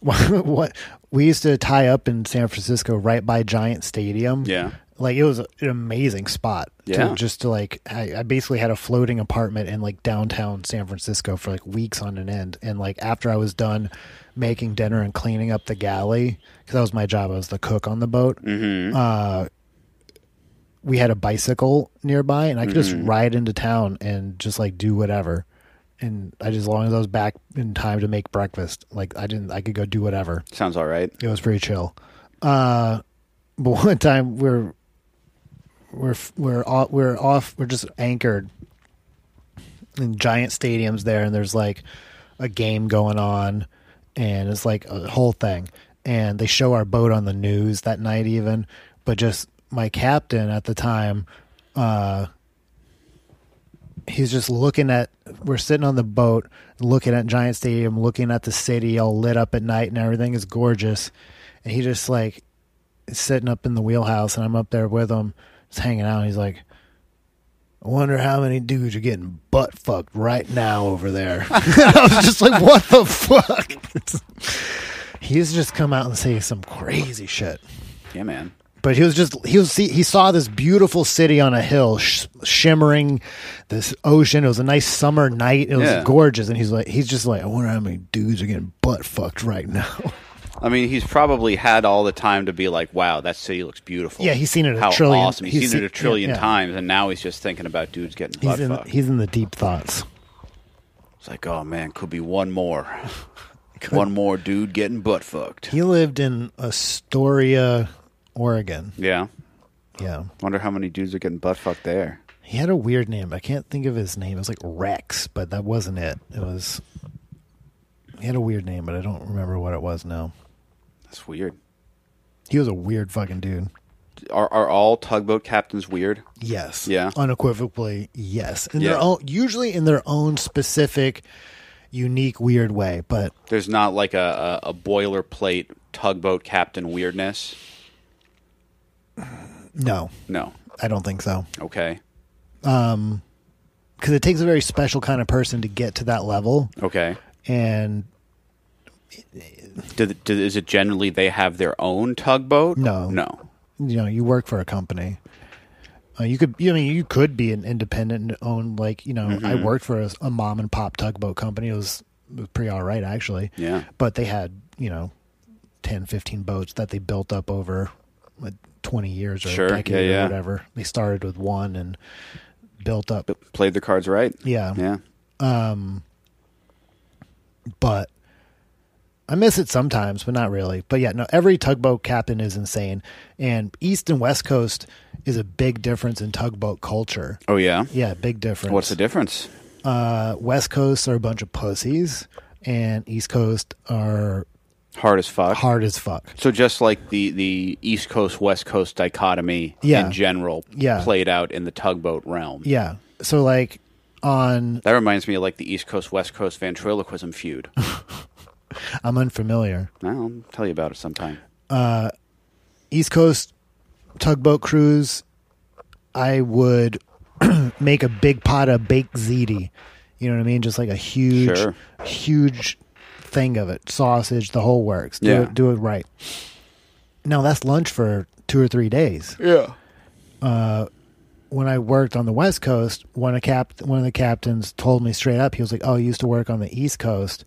A: what we used to tie up in San Francisco, right by Giant Stadium.
B: Yeah.
A: like it was an amazing spot.
B: Yeah.
A: to, just to like, I, I basically had a floating apartment in like downtown San Francisco for like weeks on an end. And like after I was done making dinner and cleaning up the galley, because that was my job, I was the cook on the boat. Mm-hmm. Uh, we had a bicycle nearby, and I could just ride into town and just like do whatever. And I just, as long as I was back in time to make breakfast, like I didn't, I could go do whatever.
B: Sounds all right.
A: It was pretty chill. Uh, but one time we're we're we're off, we're off we're just anchored in giant stadiums there, and there's like a game going on, and it's like a whole thing. And they show our boat on the news that night, even. But just my captain at the time, uh, he's just looking at we're sitting on the boat looking at giant stadium looking at the city all lit up at night and everything is gorgeous and he just like is sitting up in the wheelhouse and i'm up there with him just hanging out and he's like I wonder how many dudes are getting butt fucked right now over there. I was just like, what the fuck? He's just come out and say some crazy shit
B: Yeah, man.
A: but he was just he was see, he saw this beautiful city on a hill sh- shimmering this ocean it was a nice summer night it was
B: Yeah.
A: gorgeous and he's like he's just like i wonder how many dudes are getting butt fucked right now
B: I mean, he's probably had all the time to be like, "Wow, that city looks beautiful."
A: Yeah, he's seen it a
B: How
A: trillion-
B: Awesome. He's,
A: he's
B: seen
A: seen-
B: it a trillion
A: yeah.
B: times, and now he's just thinking about dudes getting
A: he's
B: butt
A: in
B: fucked.
A: he's in the deep thoughts
B: It's like, oh man, could be one more, one more dude getting butt fucked.
A: he lived in astoria oregon
B: yeah.
A: yeah
B: Wonder how many dudes are getting butt fucked there.
A: he had a weird name i can't think of his name it was like rex but that wasn't it it was he had a weird name but i don't remember what it was now
B: That's weird.
A: he was a weird fucking dude
B: Are are all tugboat captains weird?
A: Yes.
B: Yeah.
A: Unequivocally, yes. In
B: Yeah.
A: their own, usually in their own specific, unique, weird way. But
B: There's not like a, a, a boilerplate tugboat captain weirdness.
A: no,
B: No.
A: I don't think so.
B: Okay.
A: Because it takes a very special kind of person to get to that level,
B: Okay.
A: and
B: Do, the- do, is it generally they have their own tugboat?
A: No.
B: No.
A: you know, you work for a company. Uh, you could, you I mean, you could be an independent and own like you know. I
B: Mm-hmm.
A: worked for a, a mom and pop tugboat company. It was, it was pretty all right actually.
B: Yeah.
A: But they had you know, 10, 15 boats that they built up over a twenty years or
B: Sure.
A: a
B: Yeah,
A: decade
B: yeah.
A: or whatever. They started with one and built up.
B: Played their cards right.
A: Yeah,
B: Yeah.
A: but I miss it sometimes, but not really. But yeah, no, every tugboat captain is insane, and East and West Coast is a big difference in tugboat culture.
B: Oh yeah.
A: Yeah, big difference.
B: What's the difference?
A: uh, West Coast are a bunch of pussies, and East Coast are
B: Hard as fuck.
A: hard as fuck.
B: So just like the the East Coast West Coast dichotomy
A: Yeah.
B: in general
A: Yeah.
B: played out in the tugboat realm.
A: Yeah. So like on
B: That reminds me of like the East Coast West Coast ventriloquism feud.
A: I'm unfamiliar.
B: I'll tell you about it sometime.
A: East Coast tugboat cruise, I would make a big pot of baked ziti. You know what I mean? Just like a huge,
B: Sure.
A: huge thing of it. Sausage, the whole works. Do,
B: Yeah.
A: it, do it right. Now that's lunch for two or three days.
B: Yeah.
A: When I worked on the West Coast, one of, cap- one of the captains told me straight up, he was like, Oh, you used to work on the East Coast.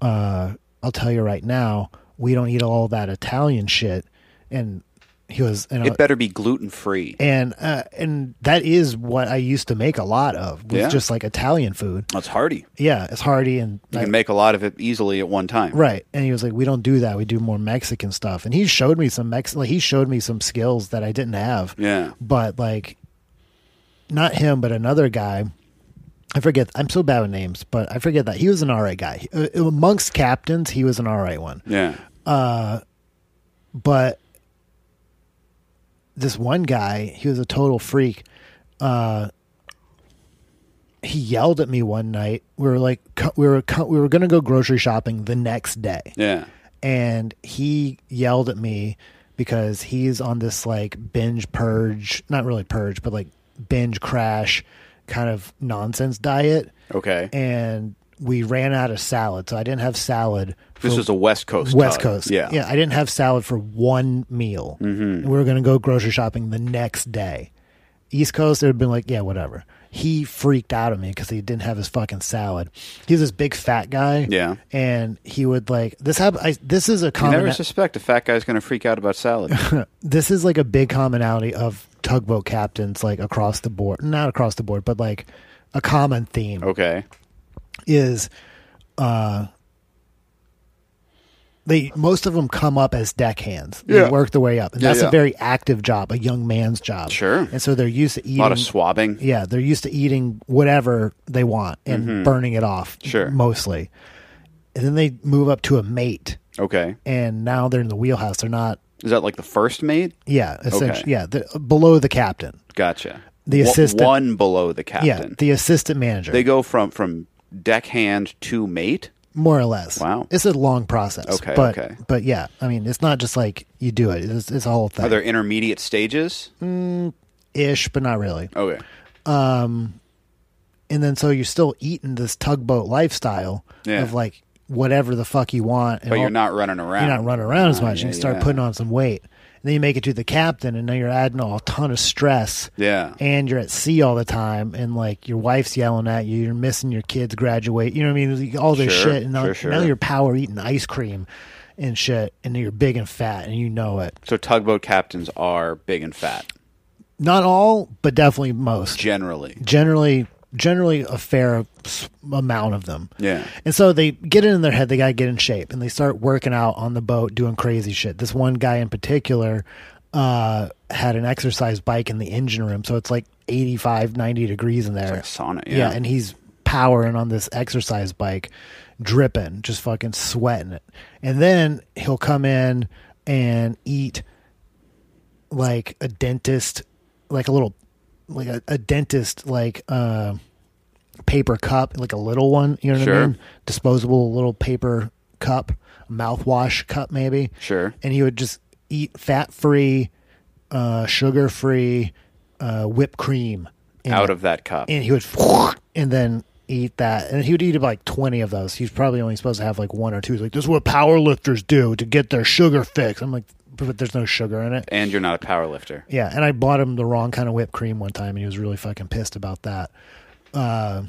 A: Uh, I'll tell you right now, we don't eat all that Italian shit. And he was, and I-
B: It better be gluten free.
A: and uh, and that is what I used to make a lot of was
B: Yeah.
A: just like Italian food.
B: That's hearty.
A: Yeah, it's hearty and
B: You
A: like,
B: can make a lot of it easily at one time.
A: right. And he was like, "We don't do that. We do more Mexican stuff." And he showed me some Mex. Like, he showed me some skills that I didn't have.
B: Yeah.
A: But like, not him, but another guy. I forget. I'm so bad with names, but I forget that he was an all right guy. Uh, amongst captains, he was an all right one.
B: Yeah.
A: but this one guy, he was a total freak. Uh, he yelled at me one night. We were like, co- we were co- we were gonna go grocery shopping the next day,
B: Yeah.
A: and he yelled at me because he's on this like binge purge, not really purge, but like binge crash kind of nonsense diet,
B: Okay.
A: and we ran out of salad, so I didn't have salad. for
B: this is a West Coast.
A: West
B: tug.
A: Coast.
B: Yeah. Mm-hmm.
A: Yeah. I didn't have salad for one meal. And We were going to go grocery shopping the next day. East Coast, it would have been like, yeah, whatever. He freaked out at me because he didn't have his fucking salad. He's this big fat guy.
B: Yeah.
A: And he would like, this hap- I This is a
B: You never
A: common,
B: suspect a fat guy's going to freak out about salad.
A: this is like a big commonality of tugboat captains, like across the board, not across the board, but like a common theme.
B: okay.
A: is uh they most of them come up as deckhands. They
B: Yeah.
A: work their way up. And
B: Yeah,
A: that's
B: yeah.
A: a very active job, a young man's job.
B: Sure.
A: And so they're used to eating e
B: A lot of swabbing.
A: yeah, they're used to eating whatever they want and burning it off.
B: Mm-hmm. Sure.
A: Mostly. And then they move up to a mate
B: Okay.
A: and now they're in the wheelhouse. They're not
B: Is that like the first mate?
A: yeah, essentially
B: Okay.
A: yeah, they're below the captain.
B: Gotcha.
A: The
B: Wa-
A: assistant-
B: one below the captain.
A: Yeah, the assistant manager.
B: they go from from deckhand to mate.
A: more or less.
B: Wow.
A: it's a long process.
B: Okay,
A: but,
B: okay.
A: but yeah, I mean, it's not just like you do it. It's, it's a whole
B: Are
A: thing,
B: there intermediate stages?
A: Hmm. ish, but not really.
B: Okay.
A: And then so you're still eating this tugboat lifestyle
B: Yeah.
A: of like whatever the fuck you want, and
B: But
A: all-
B: you're not running around.
A: you're not running around as
B: Ah,
A: much.
B: yeah,
A: you start
B: yeah.
A: putting on some weight, and then you make it to the captain, and now you're adding a ton of stress.
B: Yeah.
A: And you're at sea all the time, and like your wife's yelling at you. You're missing your kids graduate. You know what I mean? Like, All this
B: Sure,
A: shit, and now,
B: sure, sure.
A: now you're power eating ice cream and shit, and you're big and fat, and you know it.
B: So tugboat captains are big and fat
A: not all, but definitely most.
B: generally.
A: Generally, generally a fair s- amount of them.
B: Yeah.
A: And so they get it in their head they got to get in shape, and they start working out on the boat, doing crazy shit. This one guy in particular uh, had an exercise bike in the engine room, so it's like 85, 90 degrees in there.
B: It's like a sauna, yeah.
A: yeah, and he's powering on this exercise bike, dripping, just fucking sweating it. And then he'll come in and eat like a dentist, like a little, like a, a dentist, like uh, paper cup, like a little one. You know what
B: Sure.
A: I mean? Disposable little paper cup, mouthwash cup, maybe.
B: Sure.
A: And he would just eat fat free, uh, sugar free, uh, whipped cream. in
B: Out
A: it.
B: of that cup.
A: And he would, and then eat that. And he would eat like 20 of those. He's probably only supposed to have like one or two. He's like, this is what power lifters do to get their sugar fix. I'm like, but there's no sugar in it.
B: And you're not a power lifter.
A: Yeah, and I bought him the wrong kind of whipped cream one time, and he was really fucking pissed about that. Uh,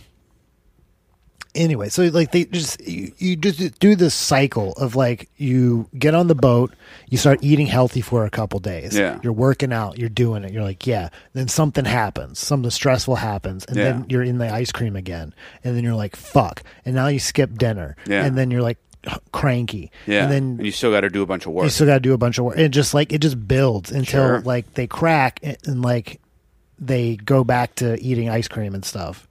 A: anyway, so like they just you, you just do this cycle of like you get on the boat, you start eating healthy for a couple days.
B: Yeah.
A: You're working out, you're doing it. You're like, yeah. Then something happens, something stressful happens, and
B: Yeah.
A: then you're in the ice cream again, and then you're like, fuck. And now you skip dinner.
B: Yeah.
A: And then you're like cranky.
B: Yeah.
A: And then
B: you still got to do a bunch of work.
A: you still got to do a bunch of work. It just like it just builds until
B: Sure.
A: like they crack and, and like they go back to eating ice cream and stuff,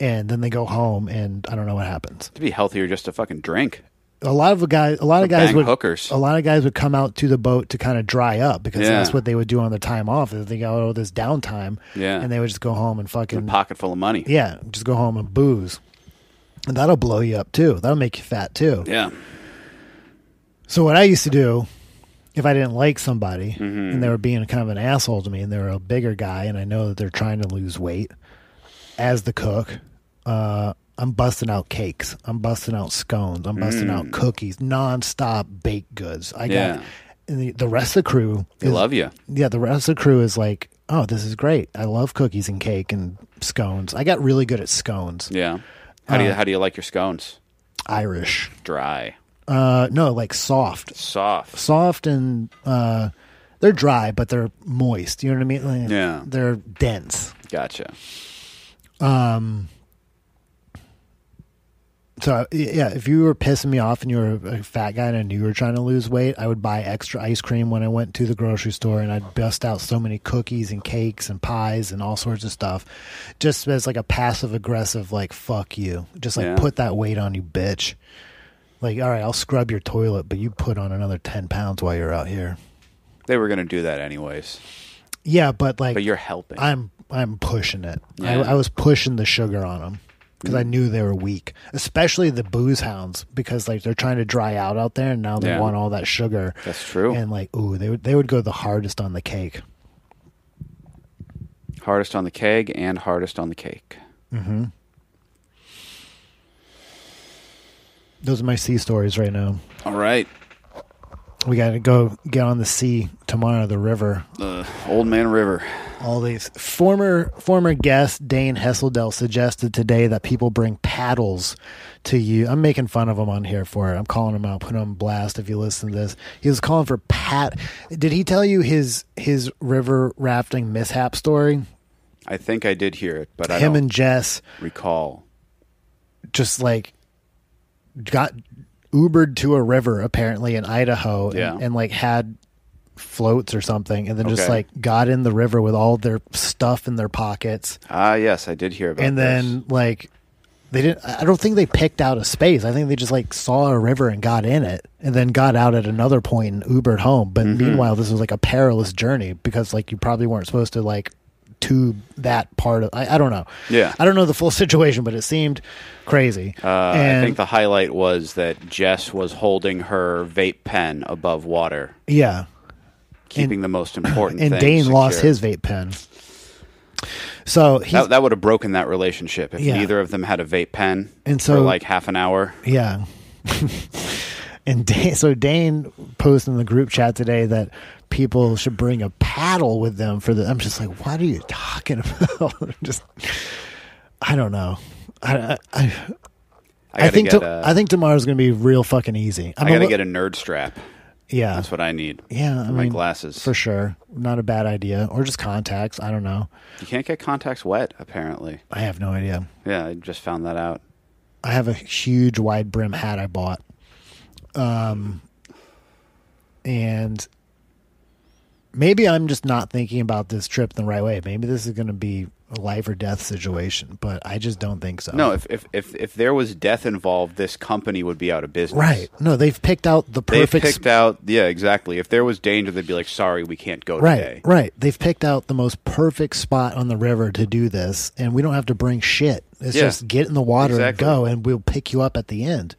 A: and then they go home and I don't know what happens.
B: to be healthier, just to fucking drink.
A: A lot of the guys, a lot of guys
B: bang
A: would Oh.
B: hookers.
A: a lot of guys would come out to the boat to kind of dry up because
B: Yeah.
A: that's what they would do on their time off. Is they go oh this downtime,
B: Yeah.
A: and they would just go home and fucking
B: Pocket full of money.
A: yeah, just go home and booze, and that'll blow you up too. That'll make you fat too.
B: Yeah.
A: So what I used to do, if I didn't like somebody
B: Mm-hmm.
A: and they were being kind of an asshole to me, and they were a bigger guy, and I know that they're trying to lose weight, as the cook, uh, I'm busting out cakes, I'm busting out scones, I'm busting out cookies, nonstop baked goods. I
B: Mm. Yeah.
A: got, and the, the rest of the crew,
B: They
A: is-
B: love you.
A: yeah, the rest of the crew is like, oh, this is great. I love cookies and cake and scones. I got really good at scones,
B: Yeah. How
A: Uh.
B: do you how do you like your scones?
A: Irish.
B: Dry,
A: Uh, no, like soft.
B: soft.
A: soft and uh, they're dry, but they're moist. You know what I mean? Like,
B: Yeah.
A: they're dense.
B: Gotcha.
A: So y- yeah, if you were pissing me off and you were a fat guy and I knew you were trying to lose weight, I would buy extra ice cream when I went to the grocery store, and I'd bust out so many cookies and cakes and pies and all sorts of stuff, just as like a passive aggressive like "fuck you," just like
B: Yeah.
A: put that weight on you, bitch. Like, all right, I'll scrub your toilet, but you put on another ten pounds while you're out here.
B: They were gonna do that anyways,
A: Yeah, but like,
B: but you're helping.
A: I'm I'm pushing it.
B: Yeah. Mm.
A: I, I was pushing the sugar on them because I knew they were weak, especially the booze hounds because like they're trying to dry out out there, and now they
B: Yeah.
A: want all that sugar.
B: That's true.
A: And like, ooh, they would they would go the hardest on the cake.
B: hardest on the keg and hardest on the cake.
A: Those are my sea stories right now.
B: All right,
A: We got to go get on the sea tomorrow, the river.
B: uh, Old Man River.
A: All these former former guest Dane Hesseldell suggested today that people bring paddles to you. I'm making fun of him on here for it. I'm calling him out, putting him on blast. If you listen to this, he was calling for pat. Did he tell you his his river rafting mishap story?
B: I think I did hear it, but I
A: Him
B: don't
A: and Jess
B: recall.
A: just like got Ubered to a river apparently in Idaho, and-
B: Yeah.
A: and, like had floats or something, and then just
B: Okay.
A: like got in the river with all their stuff in their pockets.
B: Ah, yes, I did hear about.
A: and then like they didn't i don't think they picked out a space i think they just like saw a river and got in it and then got out at another point and ubered home but
B: Mm-hmm.
A: meanwhile this was like a perilous journey because like you probably weren't supposed to like tube that part of i, I don't know
B: Yeah.
A: i don't know the full situation but it seemed crazy
B: this. Uh, I
A: And-
B: think the highlight was that Jess was holding her vape pen above water,
A: yeah
B: keeping the most important.
A: and
B: thing
A: dane lost
B: secure.
A: his vape pen so he
B: That, that would have broken that relationship if
A: Yeah.
B: neither of them had a vape pen
A: And
B: for
A: so-
B: like half an hour.
A: Yeah. and Dane, so Dane posted in the group chat today that people should bring a paddle with them for the. I'm just like, what are you talking about? just, I don't know. I, I- I,
B: I,
A: I,
B: gotta
A: think
B: get
A: to,
B: a-
A: I think tomorrow's gonna be real fucking easy. I'm
B: I gotta
A: li-
B: get a nerd strap.
A: yeah,
B: That's what I need.
A: yeah. I
B: my
A: mean,
B: glasses.
A: for sure, not a bad idea, or just contacts. I don't know.
B: You can't get contacts wet, apparently.
A: I have no idea.
B: Yeah, I just found that out.
A: I have a huge wide brim hat I bought. Um, and maybe I'm just not thinking about this trip the right way. Maybe this is going to be a life or death situation, but I just don't think so.
B: No, if if, if if there was death involved, this company would be out of business.
A: Right. No, they've picked out the
B: They
A: perfect.
B: picked out. Yeah, exactly. If there was danger, they'd be like, "Sorry, we can't go
A: Right,
B: today."
A: right. They've picked out the most perfect spot on the river to do this, and we don't have to bring shit. It's
B: Yeah.
A: just get in the water
B: Exactly.
A: and go, and we'll pick you up at the end.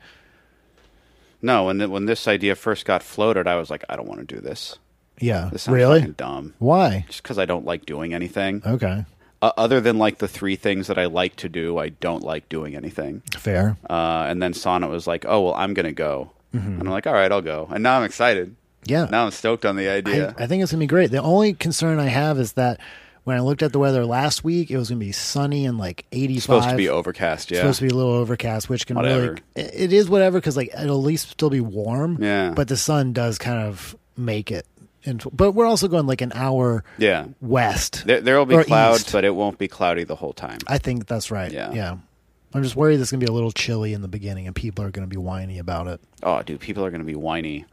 B: No, when th- when this idea first got floated, I was like, "I don't want to do this.
A: Yeah,
B: This sounds
A: really?
B: fucking dumb."
A: Why?
B: Just because I don't like doing anything,
A: Okay,
B: uh, other than like the three things that I like to do, I don't like doing anything.
A: fair.
B: Uh, and then Sonnet was like, "Oh well, I'm gonna go,"
A: Mm-hmm.
B: and I'm like, "All right, I'll go." And now I'm excited.
A: Yeah.
B: Now I'm stoked on the idea.
A: I, I think it's gonna be great. The only concern I have is that When I looked at the weather last week, it was going to be sunny and like 85.
B: supposed to be overcast. Yeah,
A: supposed to be a little overcast, which can
B: Whatever.
A: really it it is whatever because like it'll at least still be warm.
B: Yeah.
A: but the sun does kind of make it. Into, but we're also going like an hour
B: yeah.
A: west.
B: There there will be
A: or
B: clouds,
A: east.
B: but it won't be cloudy the whole time.
A: I think that's right.
B: Yeah.
A: yeah. I'm just worried it's going to be a little chilly in the beginning, and people are going to be whiny about it.
B: Oh, dude, people are going to be whiny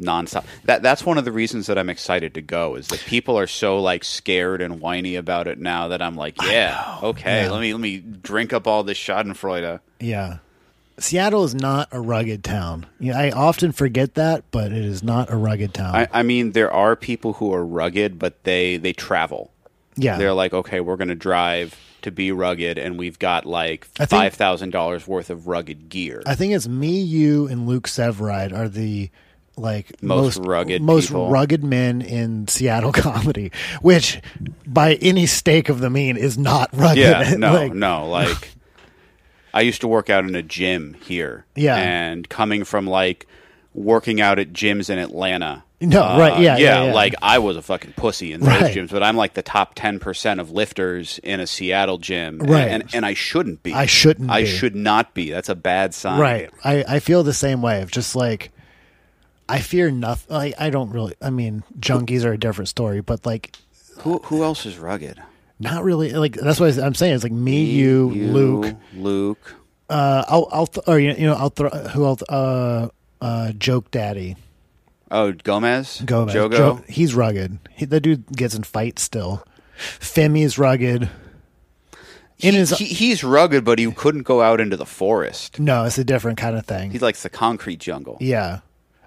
B: nonstop. That that's one of the reasons that I'm excited to go is that people are so like scared and whiny about it now that I'm like, yeah, okay,
A: Yeah.
B: let me let me drink up all this Schadenfreude.
A: Yeah. Seattle is not a rugged town. Yeah, I often forget that, but it is not a rugged town.
B: I, I mean, there are people who are rugged, but they they travel.
A: yeah.
B: They're like, okay, we're going to drive to be rugged, and we've got like
A: I think-
B: five thousand dollars worth of rugged gear.
A: I think it's me, you, and Luke Severide are the like
B: Most rugged
A: most
B: people.
A: rugged men in Seattle comedy, which by any stake of the mean is not rugged.
B: Yeah, no,
A: Like,
B: no, like I used to work out in a gym here.
A: Yeah.
B: and coming from like working out at gyms in Atlanta.
A: No, right, yeah, yeah, yeah.
B: Uh, Like I was a fucking pussy in those
A: Right.
B: gyms, but I'm like the top ten percent of lifters in a Seattle gym, and-
A: Right.
B: And, and I shouldn't be.
A: I shouldn't
B: I
A: be.
B: should not be. That's a bad sign.
A: Right. I, I feel the same way of just like I fear nothing. I, I don't really. I mean, junkies are a different story, but like
B: Who Who else is rugged?
A: not really. Like that's what I'm saying. It's like me, you, Luke.
B: Luke.
A: Uh, I'll I'll th- or you know I'll throw who I'll th- uh uh joke daddy.
B: Oh, Gomez.
A: Gomez.
B: Jogo.
A: Jo- he's rugged. He, the dude gets in fights still. Femi's rugged. In
B: He-
A: his
B: he- he's rugged, but he couldn't go out into the forest.
A: no, it's a different kind of thing.
B: He likes the concrete jungle.
A: yeah.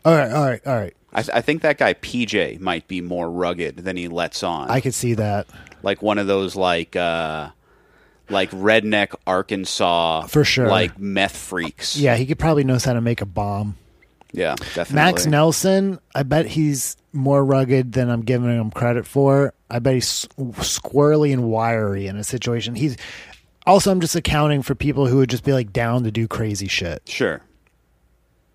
A: All right. All right. All right.
B: I, I think that guy PJ might be more rugged than he lets on.
A: I could see that
B: like one of those like uh like redneck Arkansas
A: For sure.
B: like meth freaks.
A: yeah, he could probably knows how to make a bomb.
B: yeah, definitely.
A: Max Nelson, I bet he's more rugged than I'm giving him credit for. I bet he's squirrely and wiry in a situation. He's also I'm just accounting for people who would just be like down to do crazy shit.
B: Sure.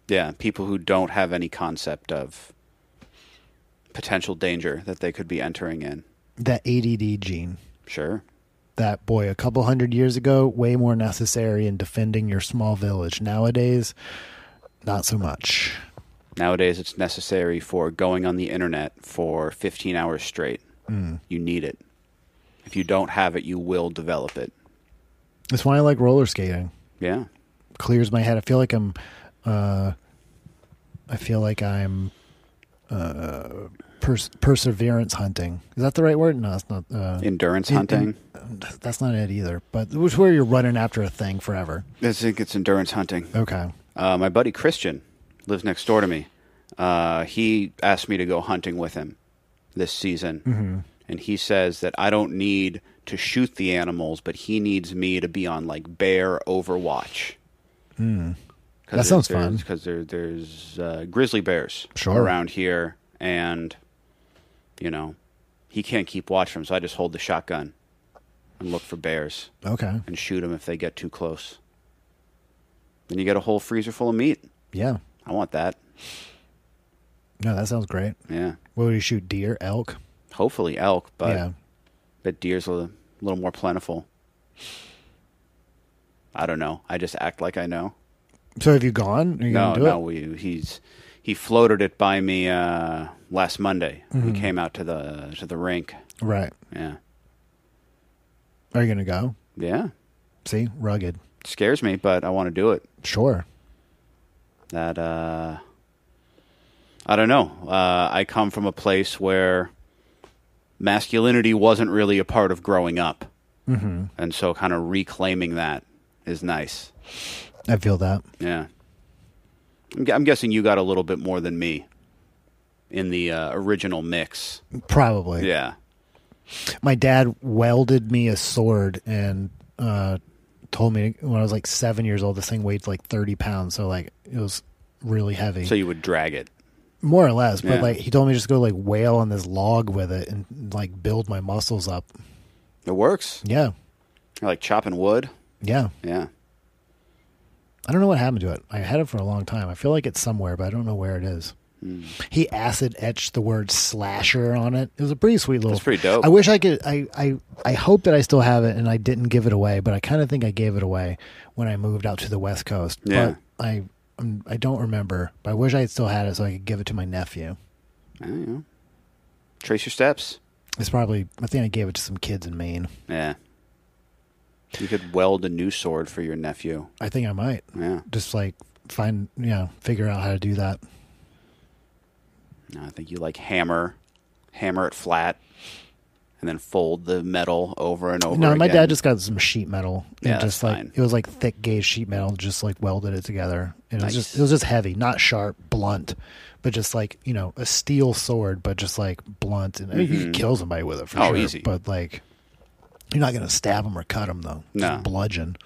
B: Yeah, people who don't have any concept of potential danger that they could be entering in.
A: That ADD gene.
B: Sure.
A: that boy a couple hundred years ago way more necessary in defending your small village nowadays not so much
B: Nowadays, it's necessary for going on the internet for 15 hours straight.
A: Hmm.
B: You need it. If you don't have it, you will develop it.
A: that's why i like roller skating
B: Yeah.
A: clears my head i feel like i'm uh i feel like i'm uh pers- perseverance hunting is that the right word no that's not uh
B: Endurance hunting.
A: that's not it either but which where you're running after a thing forever
B: I think it's endurance hunting.
A: okay
B: Uh, my buddy Christian lives next door to me. Uh, he asked me to go hunting with him this season. And he says that I don't need to shoot the animals, but he needs me to be on like bear overwatch. Mm.
A: That sounds fun.
B: Because there, there's uh, grizzly bears
A: Sure.
B: around here. And, you know, he can't keep watch from, so I just hold the shotgun and look for bears
A: okay
B: and shoot them if they get too close. Then you get a whole freezer full of meat.
A: yeah
B: I want that.
A: no that sounds great
B: Yeah.
A: what would you shoot deer elk
B: Hopefully elk, but
A: yeah
B: but deer's a li- little more plentiful. I don't know. I just act like I know.
A: so have you gone are you
B: No,
A: gonna do
B: no,
A: it
B: we he's he floated it by me uh, last Monday.
A: Mm-hmm.
B: We came out to the to the rink.
A: right
B: Yeah.
A: are you gonna go
B: Yeah.
A: See, rugged.
B: scares me, but I want to do it.
A: Sure.
B: that uh I don't know. Uh I come from a place where masculinity wasn't really a part of growing up. Mm-hmm. And so kind of reclaiming that is nice.
A: I feel that.
B: Yeah. I'm, gu- I'm guessing you got a little bit more than me in the uh, original mix.
A: Probably.
B: Yeah.
A: My dad welded me a sword and uh, told me when I was like seven years old, this thing weighed like 30 pounds. So, like, it was really heavy.
B: So you would drag it.
A: More or less. But,
B: Yeah.
A: like, he told me just go, like, wail on this log with it and, like, build my muscles up.
B: It works.
A: Yeah.
B: You're like chopping wood.
A: Yeah.
B: Yeah.
A: I don't know what happened to it. I had it for a long time. I feel like it's somewhere, but I don't know where it is. He acid etched the word slasher on it. It was a pretty sweet little.
B: That's pretty dope.
A: I wish I could. I, I I hope that I still have it, and I didn't give it away. But I kind of think I gave it away when I moved out to the West Coast.
B: Yeah.
A: But I I'm- I don't remember, but I wish I still had it so I could give it to my nephew.
B: I don't know. Trace your steps.
A: It's probably I think I gave it to some kids in Maine.
B: Yeah. You could weld a new sword for your nephew.
A: I think I might
B: Yeah.
A: just like find you know figure out how to do that.
B: No, I think you like hammer, hammer it flat, and then fold the metal over and over.
A: No, my
B: again.
A: dad just got some sheet metal.
B: Yeah,
A: and
B: that's
A: just like
B: fine.
A: it was like thick gauge sheet metal, just like welded it together. And
B: Nice.
A: it was just it was just heavy, not sharp, blunt, but just like you know a steel sword, but just like blunt. And I mean, you could kill somebody with it for
B: Oh,
A: sure.
B: easy.
A: But like you're not gonna stab them or cut them though. Just
B: No.
A: bludgeon.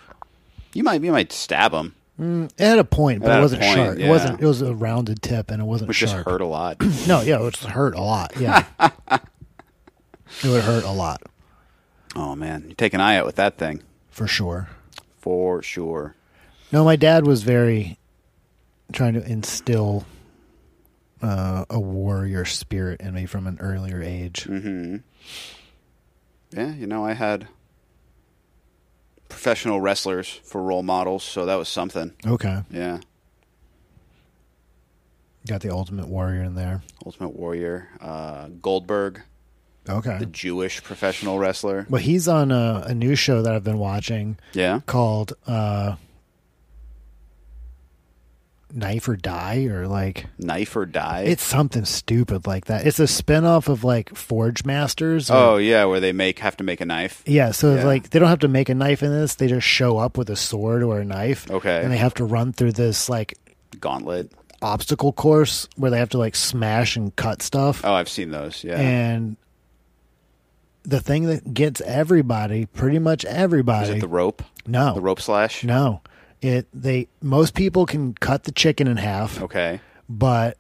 B: you might you might stab him,
A: It had a point, but
B: had
A: it
B: a
A: wasn't
B: point,
A: sharp.
B: yeah.
A: It wasn't. It was a rounded tip, and it wasn't
B: which just
A: sharp.
B: hurt a lot.
A: No, yeah, it would just hurt a lot. Yeah, it would hurt a lot
B: oh man, you take an eye out with that thing
A: for sure.
B: for sure.
A: No, my dad was very trying to instill uh, a warrior spirit in me from an earlier age.
B: Mm-hmm. Yeah, you know I had professional wrestlers for role models, so that was something.
A: Okay,
B: Yeah,
A: got the ultimate warrior in there.
B: Ultimate Warrior, uh, Goldberg, the
A: Okay,
B: Jewish professional wrestler.
A: well, he's on a, a new show that I've been watching
B: Yeah,
A: called uh, "Knife or Die" or like
B: knife or die.
A: it's something stupid like that. It's a spinoff of like Forge Masters. or-
B: oh yeah, where they make have to make a knife.
A: Yeah, so
B: Yeah.
A: like they don't have to make a knife in this; they just show up with a sword or a knife.
B: Okay.
A: and they have to run through this like
B: Gauntlet.
A: obstacle course where they have to like smash and cut stuff.
B: Oh, I've seen those. Yeah.
A: And the thing that gets everybody, pretty much
B: Is
A: everybody,
B: it the rope?
A: no,
B: The rope slash?
A: no, it they most people can cut the chicken in half,
B: Okay.
A: but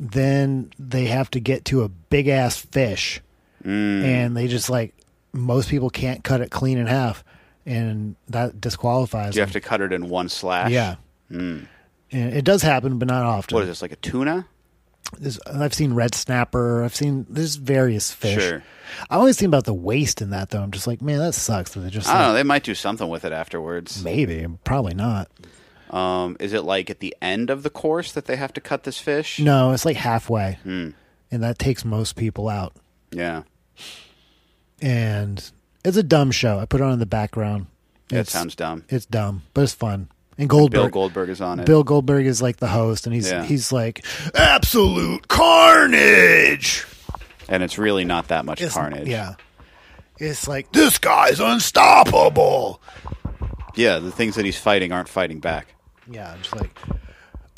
A: then they have to get to a big ass fish
B: Mm.
A: and they just like most people can't cut it clean in half and that disqualifies
B: You have
A: them.
B: to cut it in one slash.
A: yeah and it does happen but not often
B: What is this, like a tuna?
A: There's- i've seen red snapper i've seen there's various fish
B: Sure.
A: i always think about the waste in that though i'm just like man that sucks that they just
B: I don't know.
A: like, Mm.
B: They might do something with it afterwards.
A: maybe probably not
B: Um, is it like at the end of the course that they have to cut this fish?
A: no it's like halfway
B: Hmm.
A: and that takes most people out
B: Yeah.
A: and it's a dumb show. I put it on in the background.
B: That
A: It's,
B: sounds dumb.
A: it's dumb, but it's fun. And
B: Bill
A: Goldberg,
B: Goldberg is on it.
A: Bill Goldberg is like the host, and he's
B: Yeah.
A: he's like absolute carnage.
B: and it's really not that much
A: It's-
B: carnage.
A: Yeah, it's like this guy's unstoppable.
B: Yeah, the things that he's fighting aren't fighting back.
A: Yeah, I'm just like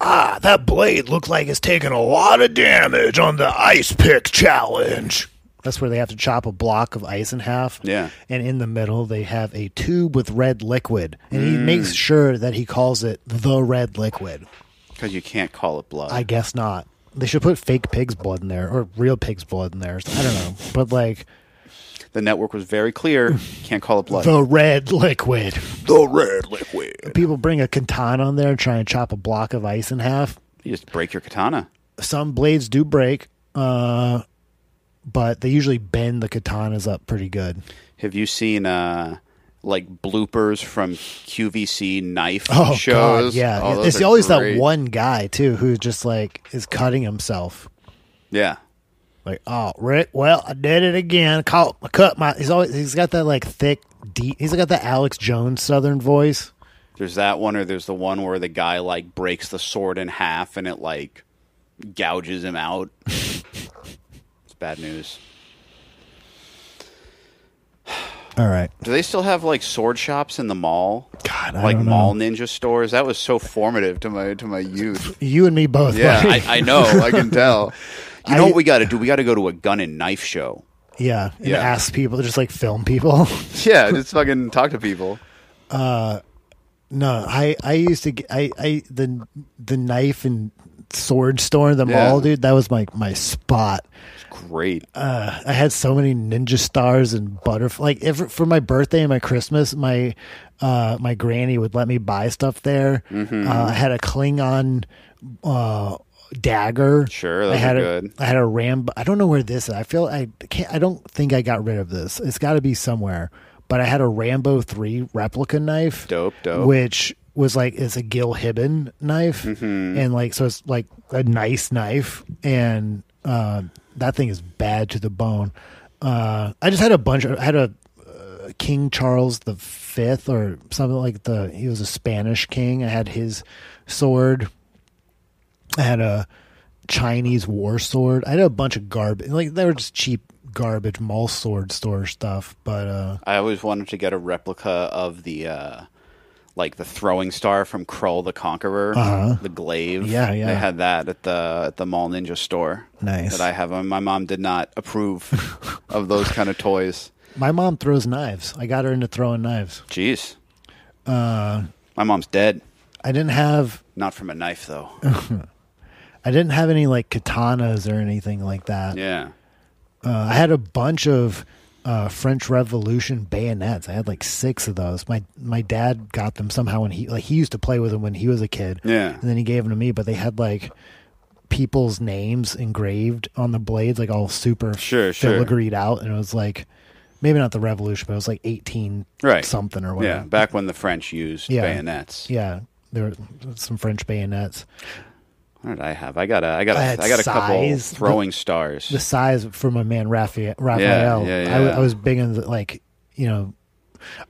A: ah, that blade looked like it's taking a lot of damage on the ice pick challenge. That's where they have to chop a block of ice in half.
B: Yeah.
A: And in the middle, they have a tube with red liquid. And he
B: Mm.
A: makes sure that he calls it the red liquid.
B: Because you can't call it blood.
A: I guess not. They should put fake pig's blood in there or real pig's blood in there. I don't know. But like
B: the network was very clear. Can't call it blood.
A: the red liquid.
B: the red liquid.
A: People bring a katana on there and try and chop a block of ice in half.
B: You just break your katana.
A: some blades do break, uh, but they usually bend the katanas up pretty good.
B: Have you seen uh like bloopers from QVC knife
A: Oh god,
B: shows?
A: yeah.
B: Oh, those
A: it's
B: are
A: always
B: great.
A: that one guy too who just like is cutting himself.
B: Yeah.
A: Like, oh, Rick, well, I did it again. Caught, I cut my. He's always he's got that like thick, deep. He's got that Alex Jones Southern voice.
B: There's that one or there's the one where the guy like breaks the sword in half and it like gouges him out. it's bad news.
A: All right,
B: Do they still have like sword shops in the mall?
A: God, I
B: like
A: don't know.
B: mall ninja stores? That was so formative to my to my youth.
A: you and me both.
B: Yeah,
A: buddy.
B: I, I know. I can tell. You know
A: I-
B: what we got to do? We got to go to a gun and knife show.
A: yeah, and
B: Yeah.
A: ask people, just like film people.
B: Yeah, just fucking talk to people.
A: No, I I used to get, I I the the knife and sword store in the
B: Yeah.
A: mall, dude. That was my my spot.
B: Great.
A: Uh, I had so many ninja stars and butterfly. Like if, for my birthday and my Christmas, my uh
B: Mm-hmm.
A: my granny would let me buy stuff there. Uh, I had a Klingon uh dagger.
B: Sure,
A: I
B: those
A: had
B: are
A: a,
B: good.
A: I had a ram. I don't know where this is. I feel I can't. I don't think I got rid of this. It's got to be somewhere. But I had a Rambo three replica knife.
B: Dope, dope.
A: Which was like it's a Gil Hibben knife,
B: Mm-hmm.
A: and like so it's like a nice knife, and uh, that thing is bad to the bone. Uh, I just had a bunch. Of, I had a uh, King Charles the Fifth or something like the he was a Spanish king. I had his sword. I had a Chinese war sword. I had a bunch of garbage like they were just cheap garbage mall sword store stuff, but uh
B: I always wanted to get a replica of the uh like the throwing star from Krull the Conqueror, the glaive.
A: Uh-huh. Yeah, yeah.
B: They had that at the at the Mall Ninja store.
A: Nice.
B: That I have. My mom did not approve of those kind of toys.
A: my mom throws knives. I got her into throwing knives.
B: Jeez. Uh my mom's dead.
A: I didn't have
B: Not from a knife though.
A: I didn't have any like katanas or anything like that.
B: yeah.
A: Uh, I had a bunch of uh, French Revolution bayonets. I had like six of those. My my dad got them somehow when he like he used to play with them when he was a kid.
B: Yeah.
A: and then he gave them to me. But they had like people's names engraved on the blades, like all super
B: Sure, sure.
A: filigreed out, and it was like maybe not the Revolution, but it was like eighteen
B: Right.
A: something or
B: Yeah.
A: whatever.
B: Back when the French used
A: Yeah.
B: bayonets.
A: yeah. There were some French bayonets.
B: What did I have? I got a I got a
A: I
B: I
A: had
B: got a couple
A: size.
B: throwing stars.
A: the size for my man Raphael. Raphael.
B: yeah,
A: I,
B: yeah.
A: I was big into like, you know,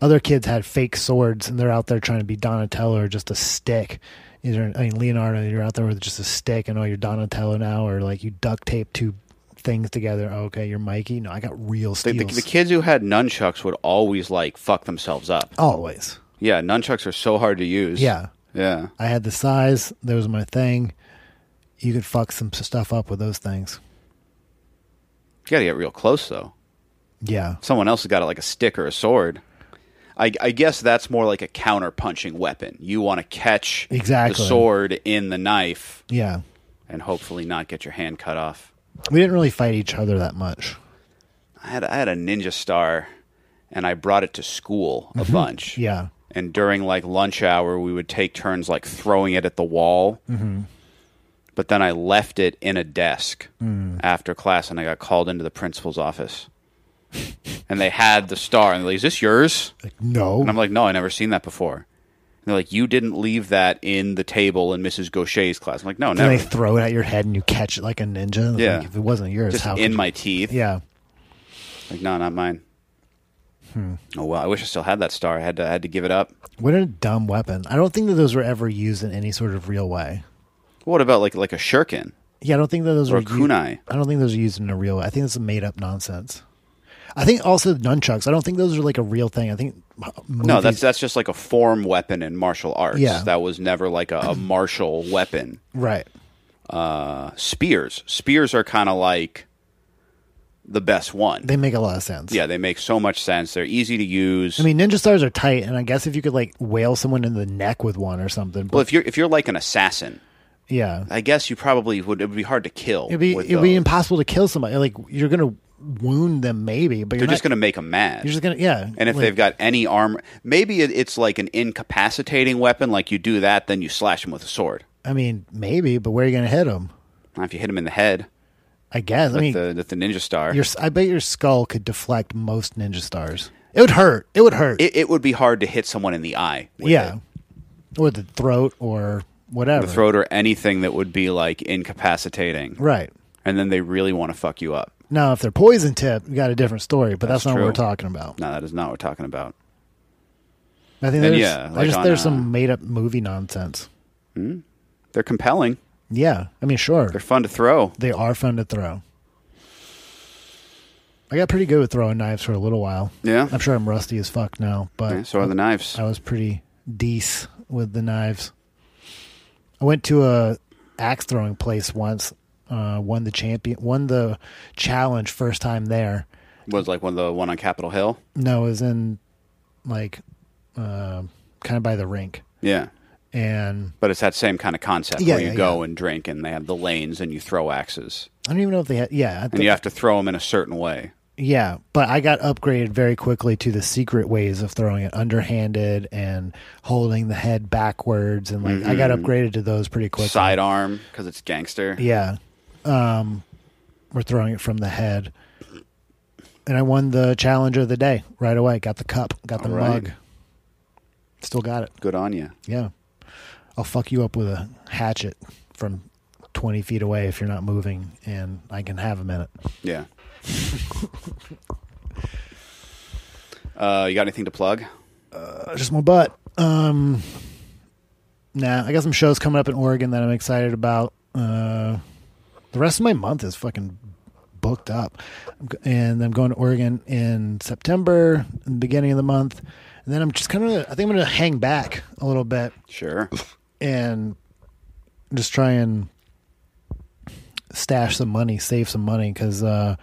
A: other kids had fake swords and they're out there trying to be Donatello or just a stick. Either I mean Leonardo, you're out there with just a stick and oh, you're Donatello now, or like you duct tape two things together. Oh, okay, you're Mikey. No, I got real
B: the,
A: steals.
B: the, the kids who had nunchucks would always like fuck themselves up.
A: Always,
B: Yeah, nunchucks are so hard to use.
A: yeah.
B: Yeah.
A: I had the size. That was my thing. You could fuck some stuff up with those things.
B: You got to get real close, though.
A: Yeah.
B: Someone else has got like a stick or a sword. I, I guess that's more like a counter punching weapon. You want to catch
A: Exactly.
B: the sword in the knife
A: Yeah.
B: and hopefully not get your hand cut off.
A: We didn't really fight each other that much.
B: I had, I had a ninja star and I brought it to school a
A: Mm-hmm.
B: bunch.
A: Yeah.
B: and during like lunch hour we would take turns like throwing it at the wall
A: Mm-hmm.
B: but then i left it in a desk
A: Mm.
B: after class and i got called into the principal's office and they had the star and they're like is this yours
A: Like, no.
B: and i'm like no i never seen that before and they're like you didn't leave that in the table in mrs gaucher's class i'm like no
A: And they
B: never
A: throw it at your head and you catch it like a ninja. Like,
B: Yeah.
A: if it wasn't yours,
B: just
A: how?
B: in
A: could-
B: my teeth
A: yeah.
B: like no not mine
A: Hmm.
B: oh well i wish i still had that star i had to, I had to give it up
A: What a dumb weapon. I don't think that those were ever used in any sort of real way.
B: what about like like a shuriken
A: Yeah, I don't think that those
B: Or
A: were.
B: a kunai.
A: I don't think those are used in a real. I think that's made up nonsense. I think also nunchucks. I don't think those are like a real thing. I think m- movies,
B: No, that's that's just like a form weapon in martial arts.
A: Yeah.
B: That was never like a, a martial weapon.
A: right.
B: Uh, spears. Spears are kind of like the best one.
A: They make a lot of sense.
B: yeah, they make so much sense. They're easy to use.
A: I mean, ninja stars are tight, and I guess if you could like whale someone in the neck with one or something, but
B: well, if you're if you're like an assassin,
A: yeah,
B: I guess you probably would. It would be hard to kill.
A: it'd be
B: with uh,
A: it'd be
B: those.
A: impossible to kill somebody. Like you're gonna wound them maybe, but you're
B: They're just
A: not-
B: going to make them mad.
A: you're just gonna yeah.
B: and if
A: like-
B: they've got any armor, maybe it, it's like an incapacitating weapon. Like you do that, then you slash them with a sword.
A: I mean, maybe, but where are you going to hit them?
B: Now, if you hit them in the head,
A: I guess. I mean,
B: the, with the ninja star,
A: your I bet your skull could deflect most ninja stars. It would hurt. It would hurt.
B: it, it would be hard to hit someone in the eye. with
A: yeah,
B: it.
A: or the throat, or whatever.
B: the throat or anything that would be like incapacitating,
A: Right
B: and then they really want to fuck you up.
A: now, if they're poison tip, you got a different story. But that's,
B: That's
A: not what we're
B: true.
A: talking about.
B: No, that is not what we're talking about.
A: I think
B: And
A: there's
B: yeah,
A: I
B: like
A: just
B: on,
A: there's
B: uh,
A: some made up movie nonsense.
B: They're compelling.
A: Yeah, I mean, sure,
B: They're fun to throw.
A: they are fun to throw. I got pretty good with throwing knives for a little while.
B: Yeah.
A: I'm sure I'm rusty as fuck now, but
B: Yeah, so are the knives.
A: I was pretty dece with the knives. I went to a axe throwing place once. Uh, won the champion, won the challenge first time there.
B: Was like one of the one on Capitol Hill.
A: No, it was in like uh, kind of by the rink,
B: Yeah,
A: and
B: but it's that same kind of concept
A: Yeah,
B: where you
A: yeah,
B: go and drink, and they have the lanes, and you throw axes,
A: I don't even know if they had. Yeah, I
B: and
A: think,
B: you have to throw them in a certain way.
A: Yeah, but I got upgraded very quickly to the secret ways of throwing it underhanded and holding the head backwards and like I got upgraded to those pretty quickly.
B: Sidearm because it's gangster.
A: Yeah. Um we're throwing it from the head. And I won the challenge of the day right away. Got the cup, got the
B: All right.
A: mug. Still got it.
B: Good on you.
A: Yeah. I'll fuck you up with a hatchet from 20 feet away if you're not moving and I can have a minute.
B: Yeah. uh, you got anything to plug?
A: Uh, just my butt. Um, nah, I got some shows coming up in Oregon that I'm excited about. Uh, the rest of my month is fucking booked up, I'm go- and I'm going to Oregon in September, in the beginning of the month, and then I'm just kind of. I think I'm gonna hang back a little bit
B: Sure.
A: and just try and stash some money, save some money, because uh,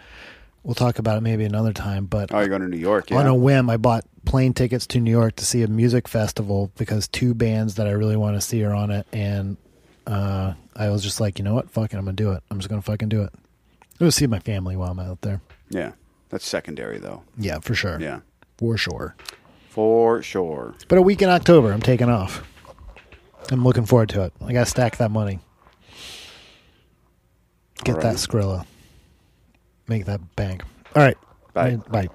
A: we'll talk about it maybe another time. But
B: Oh, you're going to New York. Yeah.
A: on a whim, I bought plane tickets to New York to see a music festival because two bands that I really want to see are on it, and uh, I was just like, you know what, fucking, I'm gonna do it. I'm just gonna fucking do it. I'm gonna see my family while I'm out there.
B: yeah. That's secondary, though.
A: Yeah, for sure.
B: Yeah.
A: for sure.
B: For sure.
A: But a week in October, I'm taking off. I'm looking forward to it. I gotta stack that money. Get
B: All right.
A: that Skrilla. Make that bank. All right.
B: Bye.
A: Bye.